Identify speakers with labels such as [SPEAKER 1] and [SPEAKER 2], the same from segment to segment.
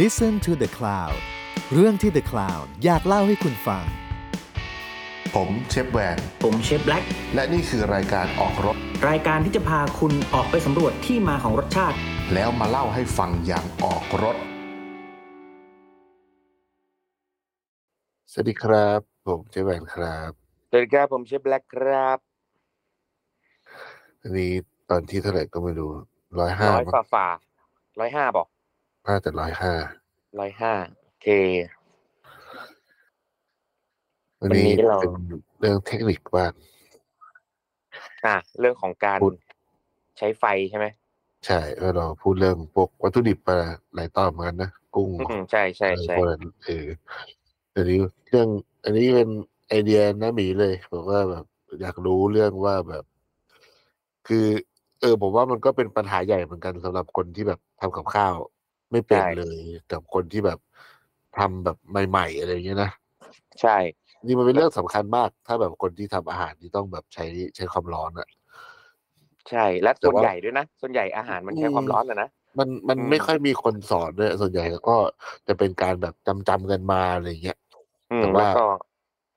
[SPEAKER 1] Listen to the Cloud เรื่องที่ The Cloud อยากเล่าให้คุณฟัง
[SPEAKER 2] ผมเชฟแวน
[SPEAKER 3] ผมเชฟแบล็ก
[SPEAKER 2] และนี่คือรายการออกรถ
[SPEAKER 3] รายการที่จะพาคุณออกไปสำรวจที่มาของรสชาติ
[SPEAKER 2] แล้วมาเล่าให้ฟังอย่างออกรถ
[SPEAKER 4] สวัสดีครับ ผมเจแหวนครับ
[SPEAKER 5] สวัสดีครับผมเชฟแบล็กครับ
[SPEAKER 4] อันนี้ตอนที่เท่าไหร่ก็ไม่รู้ร้อยห้า
[SPEAKER 5] ร้อยฝ่าฝ่าร้อยห้าบอก
[SPEAKER 4] น่าจะร้อยห้า
[SPEAKER 5] ร้อยห้าโอเค
[SPEAKER 4] วัน
[SPEAKER 5] วันนี้
[SPEAKER 4] นี้
[SPEAKER 5] เรา
[SPEAKER 4] เป็นเรื่องเทคนิคบ้าง
[SPEAKER 5] อ่ะเรื่องของการใช้ไฟใช่ไหม
[SPEAKER 4] ใช่เออเราพูดเรื่องพวกวัตถุดิบมาหลายตอนเหมือนกันนะกุ้ง
[SPEAKER 5] อืมใช่ใช่ใช่
[SPEAKER 4] พวกนั้นเอออันนี้เรื่อง อันนี้เป็นไอเดียน้าหมีเลยบอกว่าแบบ อยากรู้เรื่องว่าแบบ คือ เออผมว่ามันก็เป็นปัญหาใหญ่เหมือนกันสำหรับคนที่แบบทำกับข้าว ไม่เป็นเลยกับคนที่แบบทำแบบใหม่ๆอะไรอย่างเงี้ยนะ
[SPEAKER 5] ใช่
[SPEAKER 4] นี่มันเป็นเรื่องสำคัญมาก ถ้าแบบคนที่ทำอาหารที่ต้องแบบใช้ใช้ความร้อนอะ
[SPEAKER 5] ใช่ และ
[SPEAKER 4] แต่
[SPEAKER 5] ส่วน
[SPEAKER 4] ว่า
[SPEAKER 5] ใหญ่ด้วยนะ ส่วนใหญ่อาหารมันใช้
[SPEAKER 4] อืม
[SPEAKER 5] ความร้อนนะนะ
[SPEAKER 4] มันมัน
[SPEAKER 5] อืม
[SPEAKER 4] ไม่ค่อยมีคนสอนด้วยส่วนใหญ่ก็จะเป็นการแบบจำจำๆกันมาอะไรอย่างเงี้ย
[SPEAKER 5] อืม
[SPEAKER 4] แต่ว่า
[SPEAKER 5] แล้วก็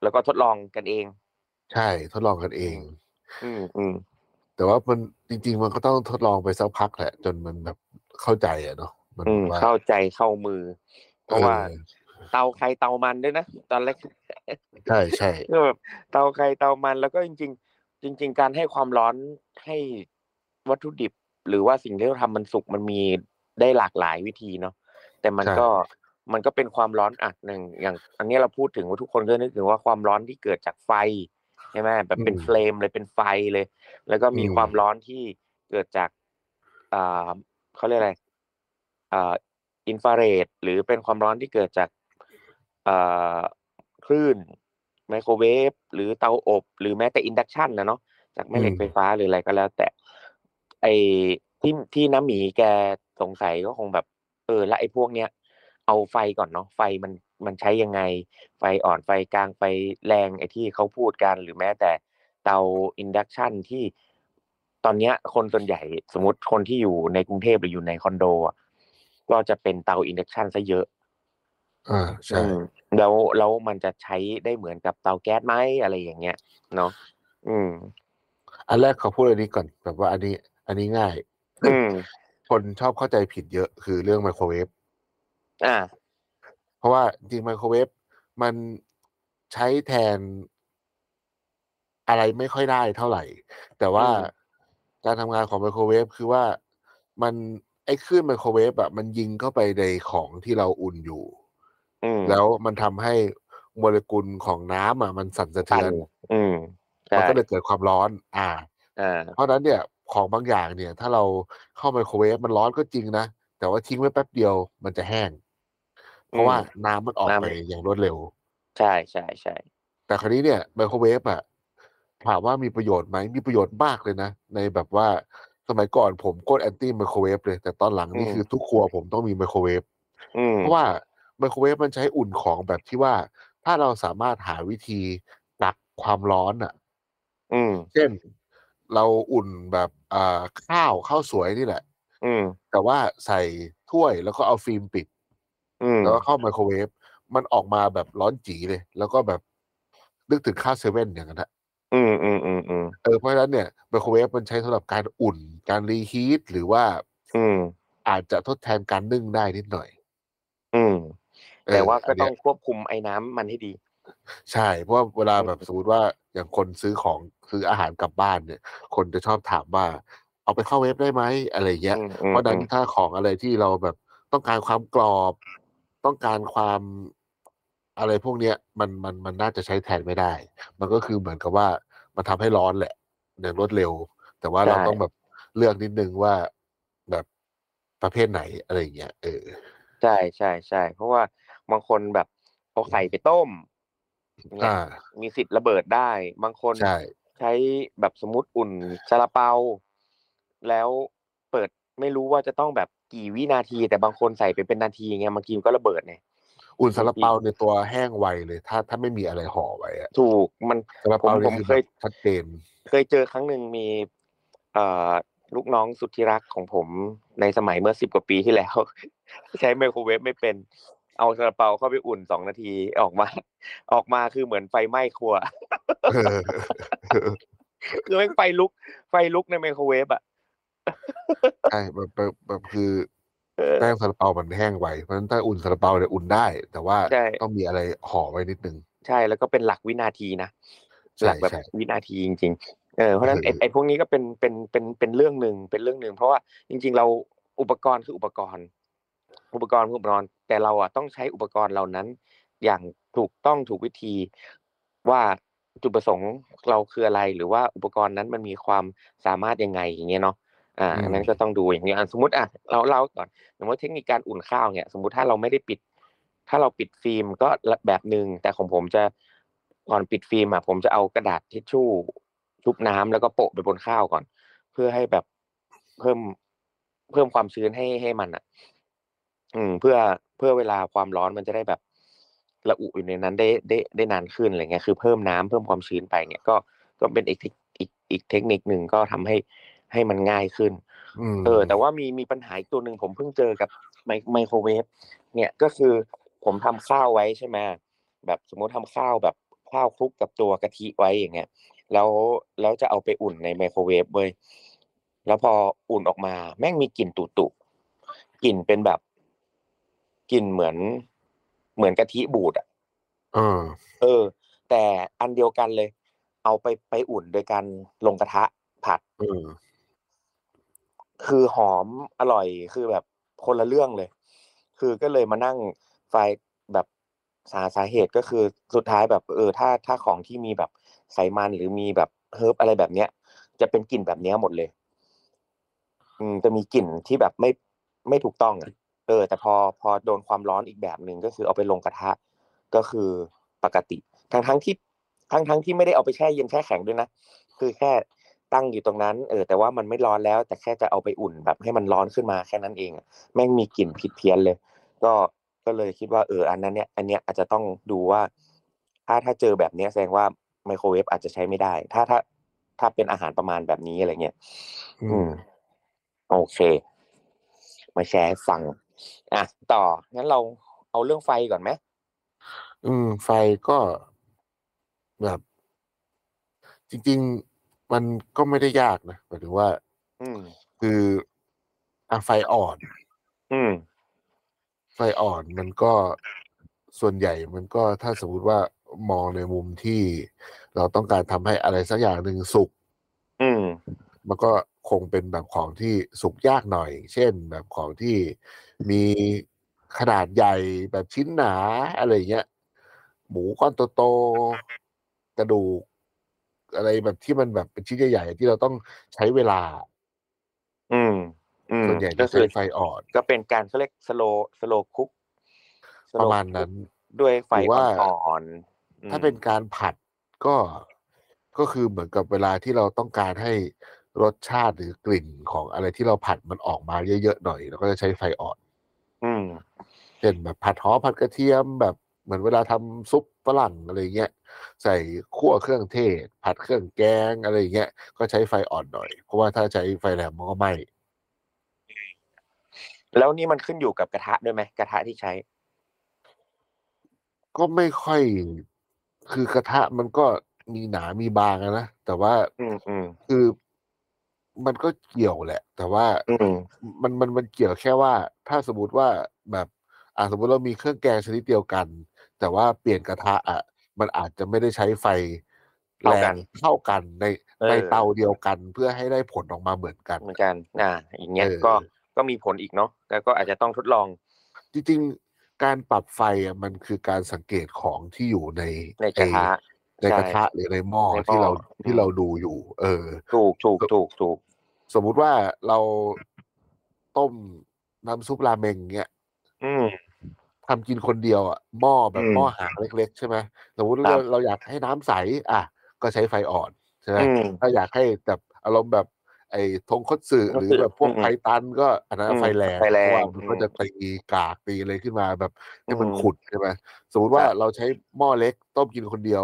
[SPEAKER 5] แล้วก็ทดลองกันเอง
[SPEAKER 4] ใช่ทดลองกันเอง
[SPEAKER 5] อืมอืม
[SPEAKER 4] แต่ว่ามันจริง ๆ มันก็ต้องทดลองไปสักพักแหละ จนมันแบบเข้าใจอะเนาะมัน
[SPEAKER 5] อืม
[SPEAKER 4] ว่า
[SPEAKER 5] เข้าใจเข้ามือ เพราะว่า
[SPEAKER 4] ออ
[SPEAKER 5] เตาใครเตามันด้วยนะตอนแรก
[SPEAKER 4] ใช่ใช่
[SPEAKER 5] ก็แบบเตาใครเตามันแล้วก็จริง ๆ จริง ๆ การให้ความร้อนให้วัตถุดิบ หรือว่าสิ่งที่เราทำมันสุกมันมีได้หลากหลายวิธีเนาะแต่มันก็มันก็เป็นความร้อนอัดหนึ่งอย่าง อันนี้เราพูดถึงว่าทุกคนก็นึกถึงว่าความร้อนที่เกิดจากไฟใช่ไหมแบบเป็นเฟลมเลยเป็นไฟเลย แล้วก็มีความร้อนที่เกิดจากอ่าเขาเรียกอะไรอ่าอินฟราเรดหรือเป็นความร้อนที่เกิดจากอ่าคลื่นไมโครเวฟหรือเตาอบ หรือแม้แต่อินดักชันนะเนาะจากแม่เหล็กไฟฟ้าหรืออะไรก็แล้ว แต่ ไอ้ที่ที่น้ำหมีแกสงสัยก็คงแบบ เออแล้วไอ้พวกเนี้ยเอาไฟก่อนเนาะไฟมันมันใช้ยังไง ไฟอ่อนไฟกลางไฟแรงไอ้ที่เขาพูดกันหรือแม้แต่เตาอินดักชันที่ตอนเนี้ยคนส่วนใหญ่สมมติคนที่อยู่ในกรุงเทพหรืออยู่ในคอนโดอ่ะก็จะเป็นเตาอินดักชันซะเยอะ
[SPEAKER 4] อ่าใช่
[SPEAKER 5] อืมแล้วแล้วมันจะใช้ได้เหมือนกับเตาแก๊สไหมอะไรอย่างเงี้ยเนาะอืม
[SPEAKER 4] อันแรกขอพูดอันนี้ก่อนแบบว่าอันนี้ อันนี้ง่าย
[SPEAKER 5] อืม
[SPEAKER 4] คนชอบเข้าใจผิดเยอะคือเรื่องไมโครเวฟ
[SPEAKER 5] อ่า
[SPEAKER 4] เพราะว่าจริงไมโครเวฟมันใช้แทนอะไรไม่ค่อยได้เท่าไหร่ แต่ว่า
[SPEAKER 5] อืม
[SPEAKER 4] การทำงานของไมโครเวฟคือว่ามันไอ้คลื่นไมโครเวฟอะมันยิงเข้าไปในของที่เราอุ่นอยู่
[SPEAKER 5] อืม
[SPEAKER 4] แล้วมันทำให้โมเลกุลของน้ำอะมันสั่นสะเทื
[SPEAKER 5] ปั่
[SPEAKER 4] อน
[SPEAKER 5] นอืมใช่
[SPEAKER 4] มันก็เลยเกิดความร้อน อ่า
[SPEAKER 5] อ่า
[SPEAKER 4] เพราะฉะนั้นเนี่ยของบางอย่างเนี่ย ถ้าเราเข้าไมโครเวฟมันร้อนก็จริงนะ แต่ว่าทิ้งไว้แป๊บเดียวมันจะแห้ง เพราะว่าน้ำมันออก
[SPEAKER 5] น้ำ
[SPEAKER 4] ไปอย่างรวดเร็ว
[SPEAKER 5] ใช่ใช่ใช่
[SPEAKER 4] แต่คราวนี้เนี่ยไมโครเวฟอะถามว่ามีประโยชน์ไหมมีประโยชน์มากเลยนะ ในแบบว่าสมัยก่อนผมโคตรแอนตี้ไมโครเวฟเลย แต่ตอนหลังนี่คือทุกครัวผมต้องมีไมโครเวฟ
[SPEAKER 5] อืม
[SPEAKER 4] เพราะว่าไมโครเวฟมันใช้อุ่นของแบบที่ว่า ถ้าเราสามารถหาวิธีตักความร้อนอะ
[SPEAKER 5] อืม
[SPEAKER 4] เช่น เราอุ่นแบบอ่าข้าวข้าวสวยนี่แหละ
[SPEAKER 5] อืม
[SPEAKER 4] แต่ว่าใส่ถ้วยแล้วก็เอาฟิล์มปิด
[SPEAKER 5] อืม
[SPEAKER 4] แล้วก็เข้าไมโครเวฟมันออกมาแบบร้อนจีเลย แล้วก็แบบนึกถึงข้าวเซเว่นอย่างนั้นนะ
[SPEAKER 5] อืมอืมอืมอืม
[SPEAKER 4] เออเพราะฉะนั้นเนี่ยไมโครเวฟมันใช้สำหรับการอุ่น การรีฮีทหรือว่า
[SPEAKER 5] อืม
[SPEAKER 4] อาจจะทดแทนการนึ่งได้นิดหน่อย
[SPEAKER 5] อืม
[SPEAKER 4] เอ
[SPEAKER 5] แต่ว่าก็
[SPEAKER 4] น
[SPEAKER 5] ต้
[SPEAKER 4] เนี้
[SPEAKER 5] อย งควบคุมไอ้น้ำมันให้ดี
[SPEAKER 4] ใช่เพราะว่าเวลาแบบสมมติว่าอย่างคนซื้อของซื้ออาหารกลับบ้านเนี่ย คนจะชอบถามว่า เอาไปเข้าเวฟได้ไหมอะไรเงี้ย
[SPEAKER 5] อืมอืม
[SPEAKER 4] เพราะฉะนั้นถ้าของอะไรที่เราแบบต้องการความกรอบ ต้องการความอะไรพวกเนี้ยมันมันมันน่าจะใช้แทนไม่ได้ มันก็คือเหมือนกับว่ามันทำให้ร้อนแหละอย่างรวดเร็ว แต่ว่า
[SPEAKER 5] ใช่
[SPEAKER 4] เราต้องแบบเลือกนิดนึงว่าแบบประเภทไหนอะไรอย่างเงี้ยเออ
[SPEAKER 5] ใช่ใช่ใช่เพราะว่าบางคนแบบเอาไข่ไปต้มเนี่ย
[SPEAKER 4] อ่า
[SPEAKER 5] มีสิทธิ์ระเบิดได้ บางคน
[SPEAKER 4] ใช่
[SPEAKER 5] ใช้แบบสมมติอุ่นซาลาเปา แล้วเปิดไม่รู้ว่าจะต้องแบบกี่วินาที แต่บางคนใส่ไปเป็นนาทีเงี้ยบางทีมันก็ระเบิดเนี่ย
[SPEAKER 4] อุ่นซาลาเปาในยตัวแห้งไวเลย ถ้าถ้าไม่มีอะไรห่อไว้อะ
[SPEAKER 5] ถูกมัน
[SPEAKER 4] ซาลาเปา
[SPEAKER 5] ผม
[SPEAKER 4] นี่
[SPEAKER 5] ผม
[SPEAKER 4] คือ
[SPEAKER 5] เคย
[SPEAKER 4] แบบชัดเจน
[SPEAKER 5] เคยเจอครั้งหนึ่งมีเอ่อ ลูกน้องสุดที่รักของผมในสมัยเมื่อสิบกว่าปีที่แล้ว ใช้ไมโครเวฟไม่เป็น เอาซาลาเปาเข้าไปอุ่นสองนาทีออกมา ออกมาคือเหมือนไฟไหม้ครัว
[SPEAKER 4] เออ
[SPEAKER 5] คือแม่งไฟลุก ไฟลุกในไมโครเวฟอ่ะ
[SPEAKER 4] ใช่แบบแบบแบบคือ
[SPEAKER 5] เออ
[SPEAKER 4] แป้งซาลาเปามันแห้งไวเพราะฉะนั้นถ้าอุ่นซาลาเปาเนี่ยอุ่นได้ แต่ว่า
[SPEAKER 5] ใช่
[SPEAKER 4] ต้องมีอะไรห่อไว้นิดนึง
[SPEAKER 5] ใช่แล้วก็เป็นหลักวินาทีนะ
[SPEAKER 4] ใช่
[SPEAKER 5] หลักแบบ
[SPEAKER 4] ใช่
[SPEAKER 5] วินาทีจริงๆเออเพราะฉะนั้นไอ้
[SPEAKER 4] เออ
[SPEAKER 5] ไอ้พวกนี้ก็เป็นเป็นเป็นเป็นเรื่องหนึ่งเป็นเรื่องหนึ่งเพราะว่าจริง ๆ เราอุปกรณ์คืออุปกรณ์ อุปกรณ์คืออุปกรณ์แต่เราอ่ะต้องใช้อุปกรณ์เหล่านั้น อย่างถูกต้องถูกวิธีว่าจุดประสงค์เราคืออะไรหรือว่าอุปกรณ์นั้นมันมีความสามารถยังไงอย่างเงี้ยเนาะอ่า
[SPEAKER 4] อืม
[SPEAKER 5] อันนั้นก็ต้องดูอย่างเงี้ยอ่ะสมมติอ่ะเราเล่าก่อน สมมติเทคนิคการอุ่นข้าวเนี่ยสมมติถ้าเราไม่ได้ปิด ถ้าเราปิดฟิล์มก็แบบหนึ่งแต่ของผมจะก่อนปิดฟิล์มอ่ะผมจะเอากระดาษทิชชู่ชุบน้ำแล้วก็โปะไปบนข้าวก่อน เพื่อให้แบบเพิ่มเพิ่มความชื้นให้ให้มันอ่ะ อืม เพื่อเพื่อเวลาความร้อนมันจะได้แบบระอุอยู่ในนั้นได้ได้ได้นานขึ้นอะไรเงี้ยคือเพิ่มน้ำเพิ่มความชื้นไปเนี่ยก็ก็เป็นอีกเทคอีกอีกเทคนิคหนึ่งก็ทำให้ให้มันง่ายขึ้น
[SPEAKER 4] ม
[SPEAKER 5] เออแต่ว่ามีมีปัญหาอีกตัวหนึ่งผมเพิ่งเจอกับไมไมโครเวฟเนี่ยก็คือผมทำข้าวไว้ใช่ไหมแบบสมมติทำข้าวแบบข้าวคลุกกับตัวกะทิไว้อย่างเงี้ยแล้วแล้วจะเอาไปอุ่นในไมโครเวฟเว้ยแล้วพออุ่นออกมา แม่งมีกลิ่นตุตุกลิ่นเป็นแบบกลิ่นเหมือนเหมือนกะทิบูดอะ
[SPEAKER 4] เออ
[SPEAKER 5] เออ แต่อันเดียวกันเลย เอาไปไปอุ่นโดยการลงกระทะผัด
[SPEAKER 4] เออ
[SPEAKER 5] คือหอมอร่อยคือแบบคนละเรื่องเลย คือก็เลยมานั่งไฟแบบสาสาเหตุก็คือสุดท้ายแบบ เออ ถ้าถ้าของที่มีแบบไขมันหรือมีแบบเฮิร์บอะไรแบบเนี้ย จะเป็นกลิ่นแบบเนี้ยหมดเลย อืมจะมีกลิ่นที่แบบไม่ไม่ถูกต้องอะเออ แต่พอพอโดนความร้อนอีกแบบหนึ่งก็คือเอาไปลงกระทะก็คือปกติ ทั้งทั้งที่ทั้งทั้งที่ไม่ได้เอาไปแช่เย็นแช่แข็งด้วยนะ คือแค่ตั้งอยู่ตรงนั้น เออ แต่ว่ามันไม่ร้อนแล้ว แต่แค่จะเอาไปอุ่นแบบให้มันร้อนขึ้นมาแค่นั้นเองอะแม่งมีกลิ่นผิดเพี้ยนเลย ก็ก็เลยคิดว่าเอออันนั้นเนี่ย อันเนี้ยอาจจะต้องดูว่า ถ้าถ้าเจอแบบเนี้ยแสดงว่าไมโครเวฟอาจจะใช้ไม่ได้ ถ้าถ้าถ้าเป็นอาหารประมาณแบบนี้อะไรเงี้ย
[SPEAKER 4] อืม
[SPEAKER 5] อืม โอเค มาแชร์ให้ฟัง อ่ะ ต่องั้นเราเอาเรื่องไฟก่อนไหม
[SPEAKER 4] อืมไฟก็แบบ จริง ๆ มันก็ไม่ได้ยากนะหมายถึงว่า
[SPEAKER 5] อืม
[SPEAKER 4] คืออะไฟอ่อน
[SPEAKER 5] อืม
[SPEAKER 4] ไฟอ่อนมันก็ส่วนใหญ่มันก็ถ้าสมมุติว่ามองในมุมที่เราต้องการทำให้อะไรสักอย่างหนึ่งสุก
[SPEAKER 5] อืม
[SPEAKER 4] มันก็คงเป็นแบบของที่สุกยากหน่อย เช่น แบบของที่มีขนาดใหญ่แบบชิ้นหนาอะไรเงี้ย หมูก้อนโตๆกระดูก อะไรแบบที่มันแบบเป็นชิ้นใหญ่ๆที่เราต้องใช้เวลา
[SPEAKER 5] อืม อืม
[SPEAKER 4] ส่วนใหญ่
[SPEAKER 5] ก็
[SPEAKER 4] จะ
[SPEAKER 5] คื
[SPEAKER 4] ใช้
[SPEAKER 5] อ
[SPEAKER 4] ไฟอ่อน
[SPEAKER 5] ก็เป็นการเขาเรียกสโลสโลคุก
[SPEAKER 4] ประมาณนั้น
[SPEAKER 5] ด้วยไฟ
[SPEAKER 4] หรือว่า
[SPEAKER 5] อ่อนๆอืม
[SPEAKER 4] ถ้าเป็นการผัดก็ก็คือเหมือนกับเวลาที่เราต้องการให้รสชาติหรือกลิ่นของอะไรที่เราผัดมันออกมาเยอะๆหน่อยเราก็จะใช้ไฟอ่อน
[SPEAKER 5] อืม
[SPEAKER 4] เช่นแบบผัดหอมผัดกระเทียมแบบเหมือนเวลาทำซุปฝรั่งอะไรเงี้ยใส่ขั่วเครื่องเทศ ผัดเครื่องแกงอะไรเงี้ยก็ใช้ไฟอ่อนหน่อย เพราะว่าถ้าใช้ไฟแรงมันก็ไหม้
[SPEAKER 5] แล้วนี่มันขึ้นอยู่กับกระทะด้วยไหมกระทะที่ใช้
[SPEAKER 4] ก็ไม่ค่อยคือกระทะมันก็มีหนามีบางอะนะแต่ว่า
[SPEAKER 5] อืมอืม
[SPEAKER 4] คือมันก็เกี่ยวแหละ แต่ว่า
[SPEAKER 5] อืม
[SPEAKER 4] มันมันมันเกี่ยวแค่ว่า ถ้าสมมติว่าแบบอ่าสมมติเรามีเครื่องแกงชนิดเดียวกัน แต่ว่าเปลี่ยนกระทะอ่ะมันอาจจะไม่ได้ใช้ไฟแร
[SPEAKER 5] เท่ากั
[SPEAKER 4] ง
[SPEAKER 5] น
[SPEAKER 4] เท่ากันใน
[SPEAKER 5] เออ
[SPEAKER 4] ในเตาเดียวกันเพื่อให้ได้ผลออกมาเหมือนกัน
[SPEAKER 5] เหมือนกัน อ่า อย่างเงี้ย
[SPEAKER 4] เออ
[SPEAKER 5] ก็ก็มีผลอีกเนาะแล้วก็อาจจะต้องทดลอง
[SPEAKER 4] จริงๆ การปรับไฟอ่ะมันคือการสังเกตของที่อยู่ใน
[SPEAKER 5] ในกระทะ
[SPEAKER 4] ไอ้ในกระทะหรือในหม้อ
[SPEAKER 5] ในหม้อ
[SPEAKER 4] ที่เรา
[SPEAKER 5] อืม
[SPEAKER 4] ที่เราดูอยู่ เออ
[SPEAKER 5] ถูกถูกถูกถูก
[SPEAKER 4] สมมุติว่าเราต้มน้ำซุปราเมงเงี้ย
[SPEAKER 5] อืม
[SPEAKER 4] ทำกินคนเดียวอ่ะหม้อแบบ
[SPEAKER 5] อืม
[SPEAKER 4] หม้อหางเล็ก ๆ ใช่ไหมสมมติ
[SPEAKER 5] ครั
[SPEAKER 4] เรา
[SPEAKER 5] บ
[SPEAKER 4] เราอยากให้น้ำใส อ่ะ ก็ใช้ไฟอ่อนใช่ไหม
[SPEAKER 5] อืม
[SPEAKER 4] ถ้าอยากให้แบบอารมณ์แบบ ไอ้ทงคตสึหรือแบบพวก
[SPEAKER 5] อืม
[SPEAKER 4] ไพตันก็อันนั้น
[SPEAKER 5] อืม
[SPEAKER 4] ไฟแรง
[SPEAKER 5] ไฟแรง
[SPEAKER 4] เพราะว่ามันก็
[SPEAKER 5] อืม
[SPEAKER 4] จะตีกากตีอะไรขึ้นมาแบบให้มัน
[SPEAKER 5] อืม
[SPEAKER 4] ขุดใช่ไหมสมมติว่า
[SPEAKER 5] ครับ
[SPEAKER 4] เราใช้หม้อเล็ก ต้มกินคนเดียว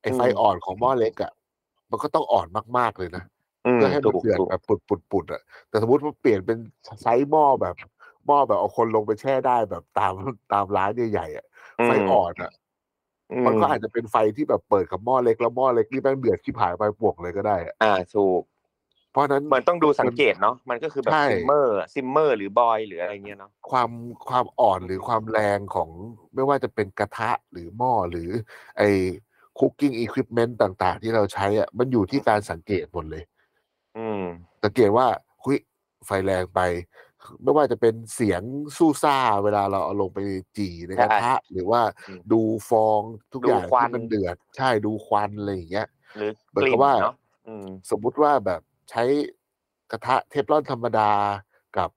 [SPEAKER 4] ไอ้ไฟ
[SPEAKER 5] อืม
[SPEAKER 4] อ่อนของหม้อเล็กอ่ะมันก็ต้องอ่อนมากๆเลยนะ
[SPEAKER 5] อืม
[SPEAKER 4] เพื่อให้มัน
[SPEAKER 5] ถูก
[SPEAKER 4] เดือด
[SPEAKER 5] ถูก
[SPEAKER 4] แบบปุดปุดปุดๆๆอะแต่สมมติมันเปลี่ยนเป็นไซส์หม้อแบบหม้อแบบเอาคนลงไปแช่ได้แบบตาม ตามร้านใหญ่ๆอะไฟอ่อนอะมันก็อาจจะเป็นไฟที่แบบเปิดกับหม้อเล็กแล้วหม้อเล็กนี่แม่งเดือดที่ผายไปปวกเลยก็ได้อะ
[SPEAKER 5] อ่าถูก
[SPEAKER 4] เพราะฉะนั้น
[SPEAKER 5] เหมือนต้องดูสังเกตเนาะมันก็คือแบบ
[SPEAKER 4] ใช่
[SPEAKER 5] ซิมเมอร์ซิมเมอร์หรือบอยหรืออะไรเงี้ยเนาะ
[SPEAKER 4] ความความอ่อนหรือความแรงของไม่ว่าจะเป็นกระทะหรือหม้อหรือ ไอ้คุกกิ้งอุปกรณ์ต่าง ๆ ที่เราใช้อ่ะมันอยู่ที่การสังเกตหมดเลย
[SPEAKER 5] อืม
[SPEAKER 4] สังเกตว่าคุยไฟแรงไป ไม่ว่าจะเป็นเสียงสู้ซ่า เวลาเราเอาลงไปจี่ในกระทะ หรือว่า
[SPEAKER 5] อืม
[SPEAKER 4] ดูฟองทุก
[SPEAKER 5] ดู
[SPEAKER 4] อย่าง
[SPEAKER 5] ควัน
[SPEAKER 4] ที่มันเดือด ใช่ดูควันอะไรอย่างเงี้ย
[SPEAKER 5] หรือ
[SPEAKER 4] เหมือน
[SPEAKER 5] ก
[SPEAKER 4] กั
[SPEAKER 5] ลิ่
[SPEAKER 4] บ
[SPEAKER 5] น
[SPEAKER 4] ว่า
[SPEAKER 5] เนาะอืม
[SPEAKER 4] สมมุติว่าแบบใช้กระทะเทฟลอนธรรมดากับ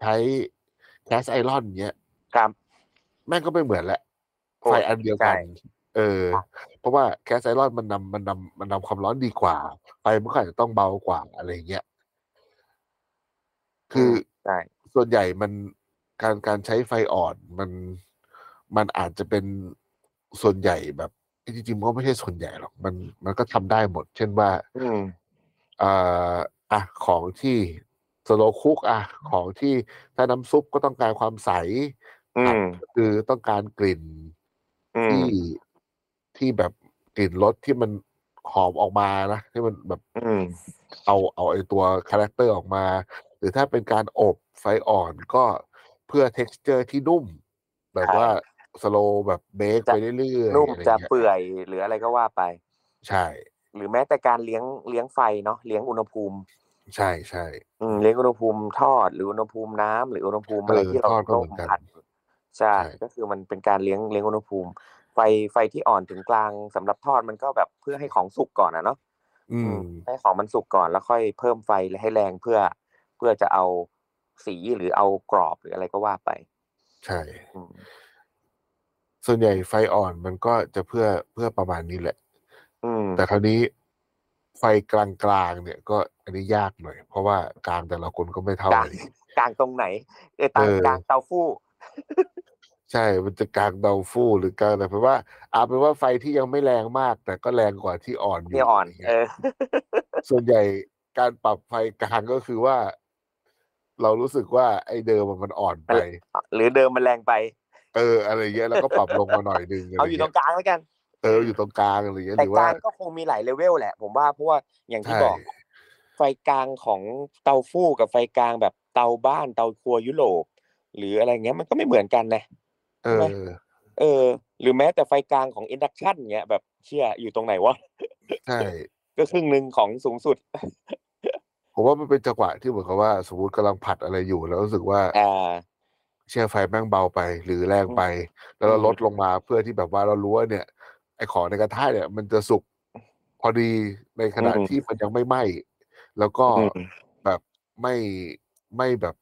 [SPEAKER 4] ใช้แคสไอรอนเงี้ย
[SPEAKER 5] ครับ
[SPEAKER 4] แม่งก็ไม่เหมือนแหละ
[SPEAKER 5] โอ้
[SPEAKER 4] ไฟอันเดียวกัน
[SPEAKER 5] ใช่
[SPEAKER 4] เออ เพราะว่าแคสไอรอนมันนำมันนำมันนำความร้อนดีกว่า ไฟมันก็อาจจะต้องเบากว่าอะไรอย่างเงี้ยคืออ
[SPEAKER 5] ใช่
[SPEAKER 4] ส่วนใหญ่มันการการใช้ไฟอ่อนมันมันอาจจะเป็นส่วนใหญ่แบบจริงๆมันก็ไม่ใช่ส่วนใหญ่หรอกมันมันก็ทำได้หมด เช่นว่า
[SPEAKER 5] อืม
[SPEAKER 4] อ่าอ่ะของที่สโลคุกอ่ะของที่ถ้าน้ำซุปก็ต้องการความใส
[SPEAKER 5] อืม
[SPEAKER 4] ก็คือต้องการกลิ่น
[SPEAKER 5] อืม
[SPEAKER 4] ที่ที่แบบกลิ่นรสที่มันหอมออกมานะที่มันแบบ
[SPEAKER 5] อืม
[SPEAKER 4] เอาเอาไอตัวคาแรคเตอร์ออกมา หรือถ้าเป็นการอบไฟอ่อนก็เพื่อ t e x t อร์ที่นุ่ม แบบ
[SPEAKER 5] ใช่
[SPEAKER 4] ว่าสโลแบบเบค
[SPEAKER 5] จะ
[SPEAKER 4] ไปเรื่อยๆ
[SPEAKER 5] นุ่ม
[SPEAKER 4] อะไร
[SPEAKER 5] จะ
[SPEAKER 4] เงี้ย
[SPEAKER 5] เปื่อยหรืออะไรก็ว่าไป
[SPEAKER 4] ใช่
[SPEAKER 5] หรือแม้แต่การเลี้ยงเลี้ยงไฟเนาะเลี้ยงอุณหภูมิ
[SPEAKER 4] ใช่ใช่
[SPEAKER 5] อืมเลี้ยงอุณหภูมิทอดหรืออุณหภูมิน้ำหรืออุณหภูมิอะไร
[SPEAKER 4] เออ
[SPEAKER 5] ที่เรา
[SPEAKER 4] ทอดก็
[SPEAKER 5] ต้
[SPEAKER 4] เห
[SPEAKER 5] ม
[SPEAKER 4] มือนกัน
[SPEAKER 5] ผัดใช่
[SPEAKER 4] ใช่
[SPEAKER 5] ก็คือมันเป็นการเลี้ยงเลี้ยงอุณหภูมิ ไฟไฟที่อ่อนถึงกลางสำหรับทอดมันก็แบบเพื่อให้ของสุกก่อนนะเนาะ
[SPEAKER 4] อืม
[SPEAKER 5] ให้ของมันสุกก่อนแล้วค่อยเพิ่มไฟให้แรงเพื่อเพื่อจะเอาสีหรือเอากรอบหรืออะไรก็ว่าไป
[SPEAKER 4] ใช่
[SPEAKER 5] อืม
[SPEAKER 4] ส่วนใหญ่ไฟอ่อนมันก็จะเพื่อเพื่อประมาณนี้แหละ
[SPEAKER 5] อืม
[SPEAKER 4] แต่คราวนี้ไฟกลางๆเนี่ยก็อันนี้ยากหน่อย เพราะว่ากลางแต่ละคนก็ไม่เท่าก
[SPEAKER 5] ลาง
[SPEAKER 4] กัน
[SPEAKER 5] กลางตรงไหนเออตาง
[SPEAKER 4] เออ
[SPEAKER 5] กลางเตาฟู่
[SPEAKER 4] ใช่ มันจะกลางเดาฟู่หรือกลางแต่แปลว่าอาเป็นว่าไฟที่ยังไม่แรงมาก แต่ก็แรงกว่าที่อ่อนอยู่
[SPEAKER 5] เนี่ยอ่อน
[SPEAKER 4] ะไรเงี้ย
[SPEAKER 5] เออ
[SPEAKER 4] ส่วนใหญ่การปรับไฟกลางก็คือว่า เรารู้สึกว่าไอ้เดิมอะมันอ่อนไป
[SPEAKER 5] มัน หรือเดิ มมันแรงไป
[SPEAKER 4] เออ อะไรเงี้ยแล้วก็ปรับลงมาหน่อยนึงอะไร
[SPEAKER 5] เอาอยู่ตร
[SPEAKER 4] เงี้ย
[SPEAKER 5] งกลางแล้วกัน
[SPEAKER 4] เอออยู่ตรงกลางอะไรเงี้ยห
[SPEAKER 5] แต่
[SPEAKER 4] รือก ว่า
[SPEAKER 5] ลางก็คงมีหลายเลเวลแหละ ผมว่าเพราะว่าอย่างที่
[SPEAKER 4] ใช่
[SPEAKER 5] บอก ไฟกลางของเตาฟู่กับไฟกลางแบบเตาบ้านเตาครัวยุโรปหรืออะไรเงี้ยมันก็ไม่เหมือนกันนะ
[SPEAKER 4] เอ
[SPEAKER 5] ใช่
[SPEAKER 4] อ
[SPEAKER 5] ไหม เออ หรือแม้แต่ไฟกลางของอินดักชันเงี้ยแบบเชี่ยอยู่ตรงไหนวะ
[SPEAKER 4] ใช่
[SPEAKER 5] ก็ครึ่งหนึ่งของสูงสุด
[SPEAKER 4] ผมว่ามันเป็นจังหวะที่เหมือนกับว่า สมมติกำลังผัดอะไรอยู่ แล้วรู้สึกว่า
[SPEAKER 5] อ่า
[SPEAKER 4] เชี่ยไฟแม่งเบาไป หรือแรงไป แล้วเราลดลงมาเพื่อที่แบบว่าเรารู้ว่าเนี่ย ไอ้ของในกระทะเนี่ย มันจะสุกพอดีในขณะ
[SPEAKER 5] อืม
[SPEAKER 4] ที่มันยังไม่ไหม้แล้วก็
[SPEAKER 5] อืม
[SPEAKER 4] แบบไม่ไม่แบบ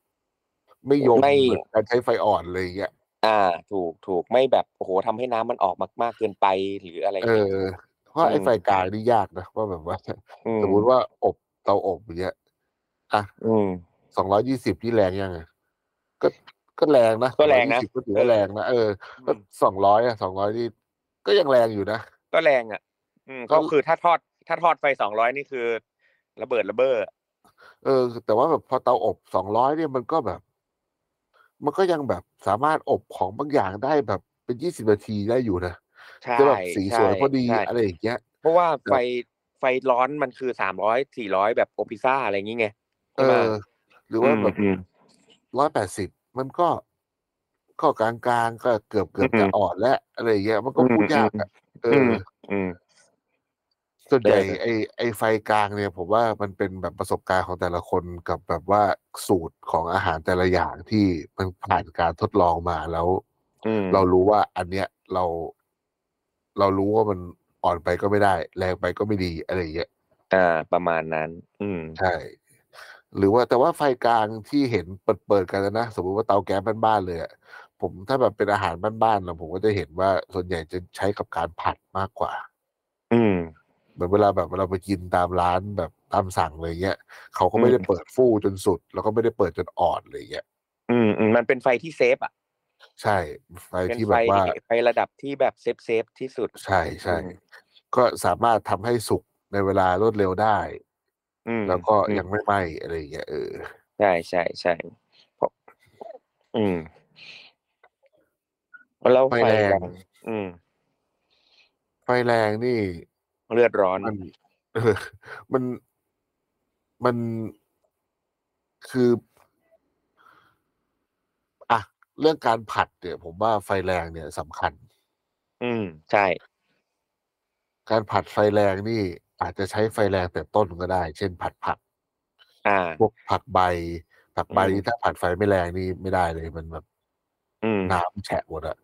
[SPEAKER 4] ไม่โยง
[SPEAKER 5] ไม่
[SPEAKER 4] เหมือนการใช้ไฟอ่อนเลยอย่างเงี้ย
[SPEAKER 5] อ่า ถูกถูกไม่แบบโอ้โหทำให้น้ำมันออกมากมากๆเกินไปหรืออะไร
[SPEAKER 4] เอ
[SPEAKER 5] เงี้ย
[SPEAKER 4] อ เพราะไอ้
[SPEAKER 5] อืม
[SPEAKER 4] ไฟกลางนี่ยากนะว่าแบบว่า
[SPEAKER 5] อืม
[SPEAKER 4] สมมติว่าอบเตาอบอย่างเงี้ยอ่ะ
[SPEAKER 5] อืม
[SPEAKER 4] สองร้อยี่สิบนี่แรงยังไงก็ก็แรงนะ
[SPEAKER 5] ก็แรงนะ
[SPEAKER 4] 220ก็ถือว่า
[SPEAKER 5] เออ
[SPEAKER 4] แรงนะเออก็สองร้อยอะสองร้อยนี่ก็ยังแรงอยู่นะ
[SPEAKER 5] ก็แรงอ่ะ อืม
[SPEAKER 4] ก็
[SPEAKER 5] ก็คือถ้าทอด ถ้าทอดไฟสองร้อยนี่คือ ระเบิดระเบ้อ
[SPEAKER 4] เออ แต่ว่าแบบพอเตาอบสองร้อยเนี่ยมันก็แบบ มันก็ยังแบบสามารถอบของบางอย่างได้แบบเป็นยี่สิบนาทีได้อยู่นะ
[SPEAKER 5] ใช่
[SPEAKER 4] จะแบบสีสวย
[SPEAKER 5] ใช่
[SPEAKER 4] พอดี
[SPEAKER 5] ใช่
[SPEAKER 4] อะไรอย่างเงี้ย
[SPEAKER 5] เพราะว่าไฟไฟร้อนมันคือสามร้อยสี่ร้อยแบบโอพิซ่าอะไรอย่างงี้ไง
[SPEAKER 4] เอ
[SPEAKER 5] ใช่ไหม
[SPEAKER 4] อ หรือว่า
[SPEAKER 5] อืม
[SPEAKER 4] แบบ
[SPEAKER 5] อืม
[SPEAKER 4] ร้อยแปดสิบมันก็ก็กลางกลางๆก็เกือบเกือบ
[SPEAKER 5] อื
[SPEAKER 4] จะ
[SPEAKER 5] ม
[SPEAKER 4] อ่อนแล้วอะไรอย่างเงี้ยมันก็
[SPEAKER 5] อืม
[SPEAKER 4] พูดยาก
[SPEAKER 5] อืม
[SPEAKER 4] อะเอออ
[SPEAKER 5] อืมอืม
[SPEAKER 4] ส่วนใหญ่
[SPEAKER 5] เออ
[SPEAKER 4] ไอไอไฟกลางเนี่ย ผมว่ามันเป็นแบบประสบการณ์ของแต่ละคนกับแบบว่าสูตรของอาหารแต่ละอย่างที่มันผ่านการทดลองมาแล้ว
[SPEAKER 5] อืม
[SPEAKER 4] เรารู้ว่าอันเนี้ยเรา เรารู้ว่ามันอ่อนไปก็ไม่ได้ แรงไปก็ไม่ดีอะไรอย่างเงี้ย
[SPEAKER 5] อ่า ประมาณนั้น อืม
[SPEAKER 4] ใช่ หรือว่าแต่ว่าไฟกลางที่เห็นเปิดเปิดกันนะ สมมติว่าเตาแก๊สบ้านๆเลยอะผมถ้าแบบเป็นอาหารบ้านๆนะผมก็จะเห็นว่าส่วนใหญ่จะใช้กับการผัดมากกว่า
[SPEAKER 5] อืม
[SPEAKER 4] เหมือนเวลาแบบเราไปกินตามร้านแบบตามสั่งเลยเงี้ยเขาก็ไม่
[SPEAKER 5] อืม
[SPEAKER 4] ได้เปิดฟู่จนสุด แล้วก็ไม่ได้เปิดจนอ่อนเลยเงี้ย
[SPEAKER 5] อืมอืมมันเป็นไฟที่เซฟอ่ะ
[SPEAKER 4] ใช่ไฟ
[SPEAKER 5] เป็น
[SPEAKER 4] ที่
[SPEAKER 5] ไฟ
[SPEAKER 4] แบบว่า
[SPEAKER 5] ไฟระดับที่แบบเซฟเซฟที่สุด
[SPEAKER 4] ใช่ใช่
[SPEAKER 5] อืม
[SPEAKER 4] ก็สามารถทำให้สุกในเวลารวดเร็วได้
[SPEAKER 5] อืม
[SPEAKER 4] แล้วก็
[SPEAKER 5] อืม
[SPEAKER 4] ยังไม่ไหมอะไรอย่างเงี้ยเออ
[SPEAKER 5] ใช่ใช่ใช่เพราะอืม แล้ว
[SPEAKER 4] ไฟ
[SPEAKER 5] ไฟ
[SPEAKER 4] แร
[SPEAKER 5] แรง งอืม
[SPEAKER 4] ไฟแรงนี่
[SPEAKER 5] เลือดร้อน
[SPEAKER 4] มัน เออมันมันคืออ่ะเรื่องการผัดเนี่ย ผมว่าไฟแรงเนี่ยสำคัญ
[SPEAKER 5] อืม ใช่
[SPEAKER 4] การผัดไฟแรงนี่ อาจจะใช้ไฟแรงแต่ต้นก็ได้ เช่น ผัดผัก
[SPEAKER 5] อ่า
[SPEAKER 4] พวกผักใบ ผักใบ
[SPEAKER 5] อืม
[SPEAKER 4] นี่ถ้าผัดไฟไม่แรงนี่ไม่ได้เลยมันแบบ
[SPEAKER 5] อืม
[SPEAKER 4] น้ำแฉะหมดอะ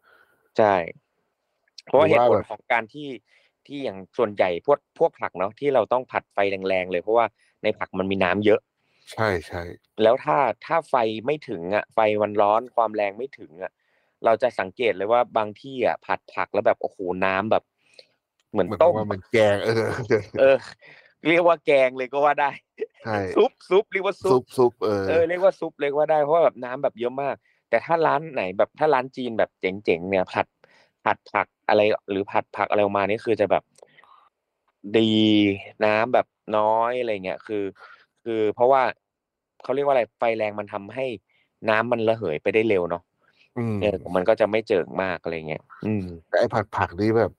[SPEAKER 5] ใช่ เพราะว่า
[SPEAKER 4] หรื
[SPEAKER 5] เห
[SPEAKER 4] อ
[SPEAKER 5] ตุ
[SPEAKER 4] ว่า
[SPEAKER 5] ผล
[SPEAKER 4] แบบ
[SPEAKER 5] ของการที่ที่อย่างส่วนใหญ่พวกพวกผักเนาะที่เราต้องผัดไฟแรงๆเลยเพราะว่าในผักมันมีน้ำเยอะ
[SPEAKER 4] ใช่ใช่
[SPEAKER 5] แล้วถ้าถ้าไฟไม่ถึงอ่ะ ไฟมันร้อนความแรงไม่ถึงอ่ะ เราจะสังเกตเลยว่าบางที่อ่ะผัดผักแล้วแบบโอ้โหน้ำแบบ เหมือน
[SPEAKER 4] เหมือน
[SPEAKER 5] ต้ม
[SPEAKER 4] ว่ามันแกง เออ
[SPEAKER 5] เออ เรียกว่าแกงเลยก็ว่าได้
[SPEAKER 4] ใช่
[SPEAKER 5] ซุปซุปเรียกว่าซุ
[SPEAKER 4] ซุ
[SPEAKER 5] ป
[SPEAKER 4] ปซุปเออ
[SPEAKER 5] เออเรียกว่าซุปเรียกว่าได้เพราะว่าแบบน้ำแบบเยอะมาก แต่ถ้าร้านไหนแบบถ้าร้านจีนแบบเจ๋งๆเนี่ยผัดผัดผักอะไรหรือผัดผักอะไรออกมานี่คือจะแบบดีน้ำแบบน้อยอะไรเงี้ยคือ คือเพราะว่าเขาเรียกว่าอะไรไฟแรงมันทำให้น้ำมันระเหยไปได้เร็วเนาะ
[SPEAKER 4] อืม
[SPEAKER 5] เออมันก็จะไม่เจิ่งมากอะไรเงี้ยอืม
[SPEAKER 4] แต่ไอ้ผัดผักนี่แบบ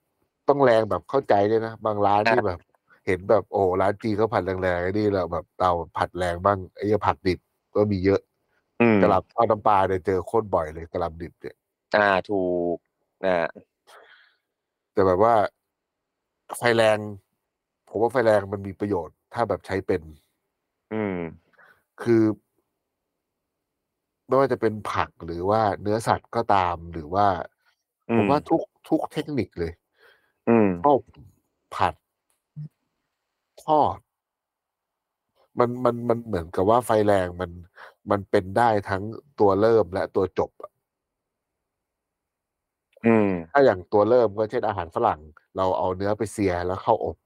[SPEAKER 4] ต้องแรงแบบเข้าใจด้วยนะบางร้านนี่แบบ เห็นแบบโอ้ร้านจีนเขาผัดแรงๆไอ้นี่เราแบบเราผัดแรงบ้างไอ้เหี้ยผัดดิบก็มีเยอะ
[SPEAKER 5] อืม
[SPEAKER 4] กระหล่ำทอดน้ำปลาเนี่ยเจอโคตรบ่อยเลยกระหล่ำดิบเนี่ย
[SPEAKER 5] อ่าถูกอ่า
[SPEAKER 4] แต่แบบว่าไฟแรงผมว่าไฟแรงมันมีประโยชน์ ถ้าแบบใช้เป็น
[SPEAKER 5] อืม
[SPEAKER 4] คือไม่ว่าจะเป็นผักหรือว่าเนื้อสัตว์ก็ตามหรือว่า
[SPEAKER 5] อืม
[SPEAKER 4] ผมว่าทุกทุกเทคนิคเลย
[SPEAKER 5] อืม
[SPEAKER 4] ต้มผัดทอด มันมันมันเหมือนกับว่าไฟแรงมันมันเป็นได้ทั้งตัวเริ่มและตัวจบอะ
[SPEAKER 5] อืม
[SPEAKER 4] ถ้าอย่างตัวเริ่มก็เช่นอาหารฝรั่ง เราเอาเนื้อไปเสียแล้วเข้าอบ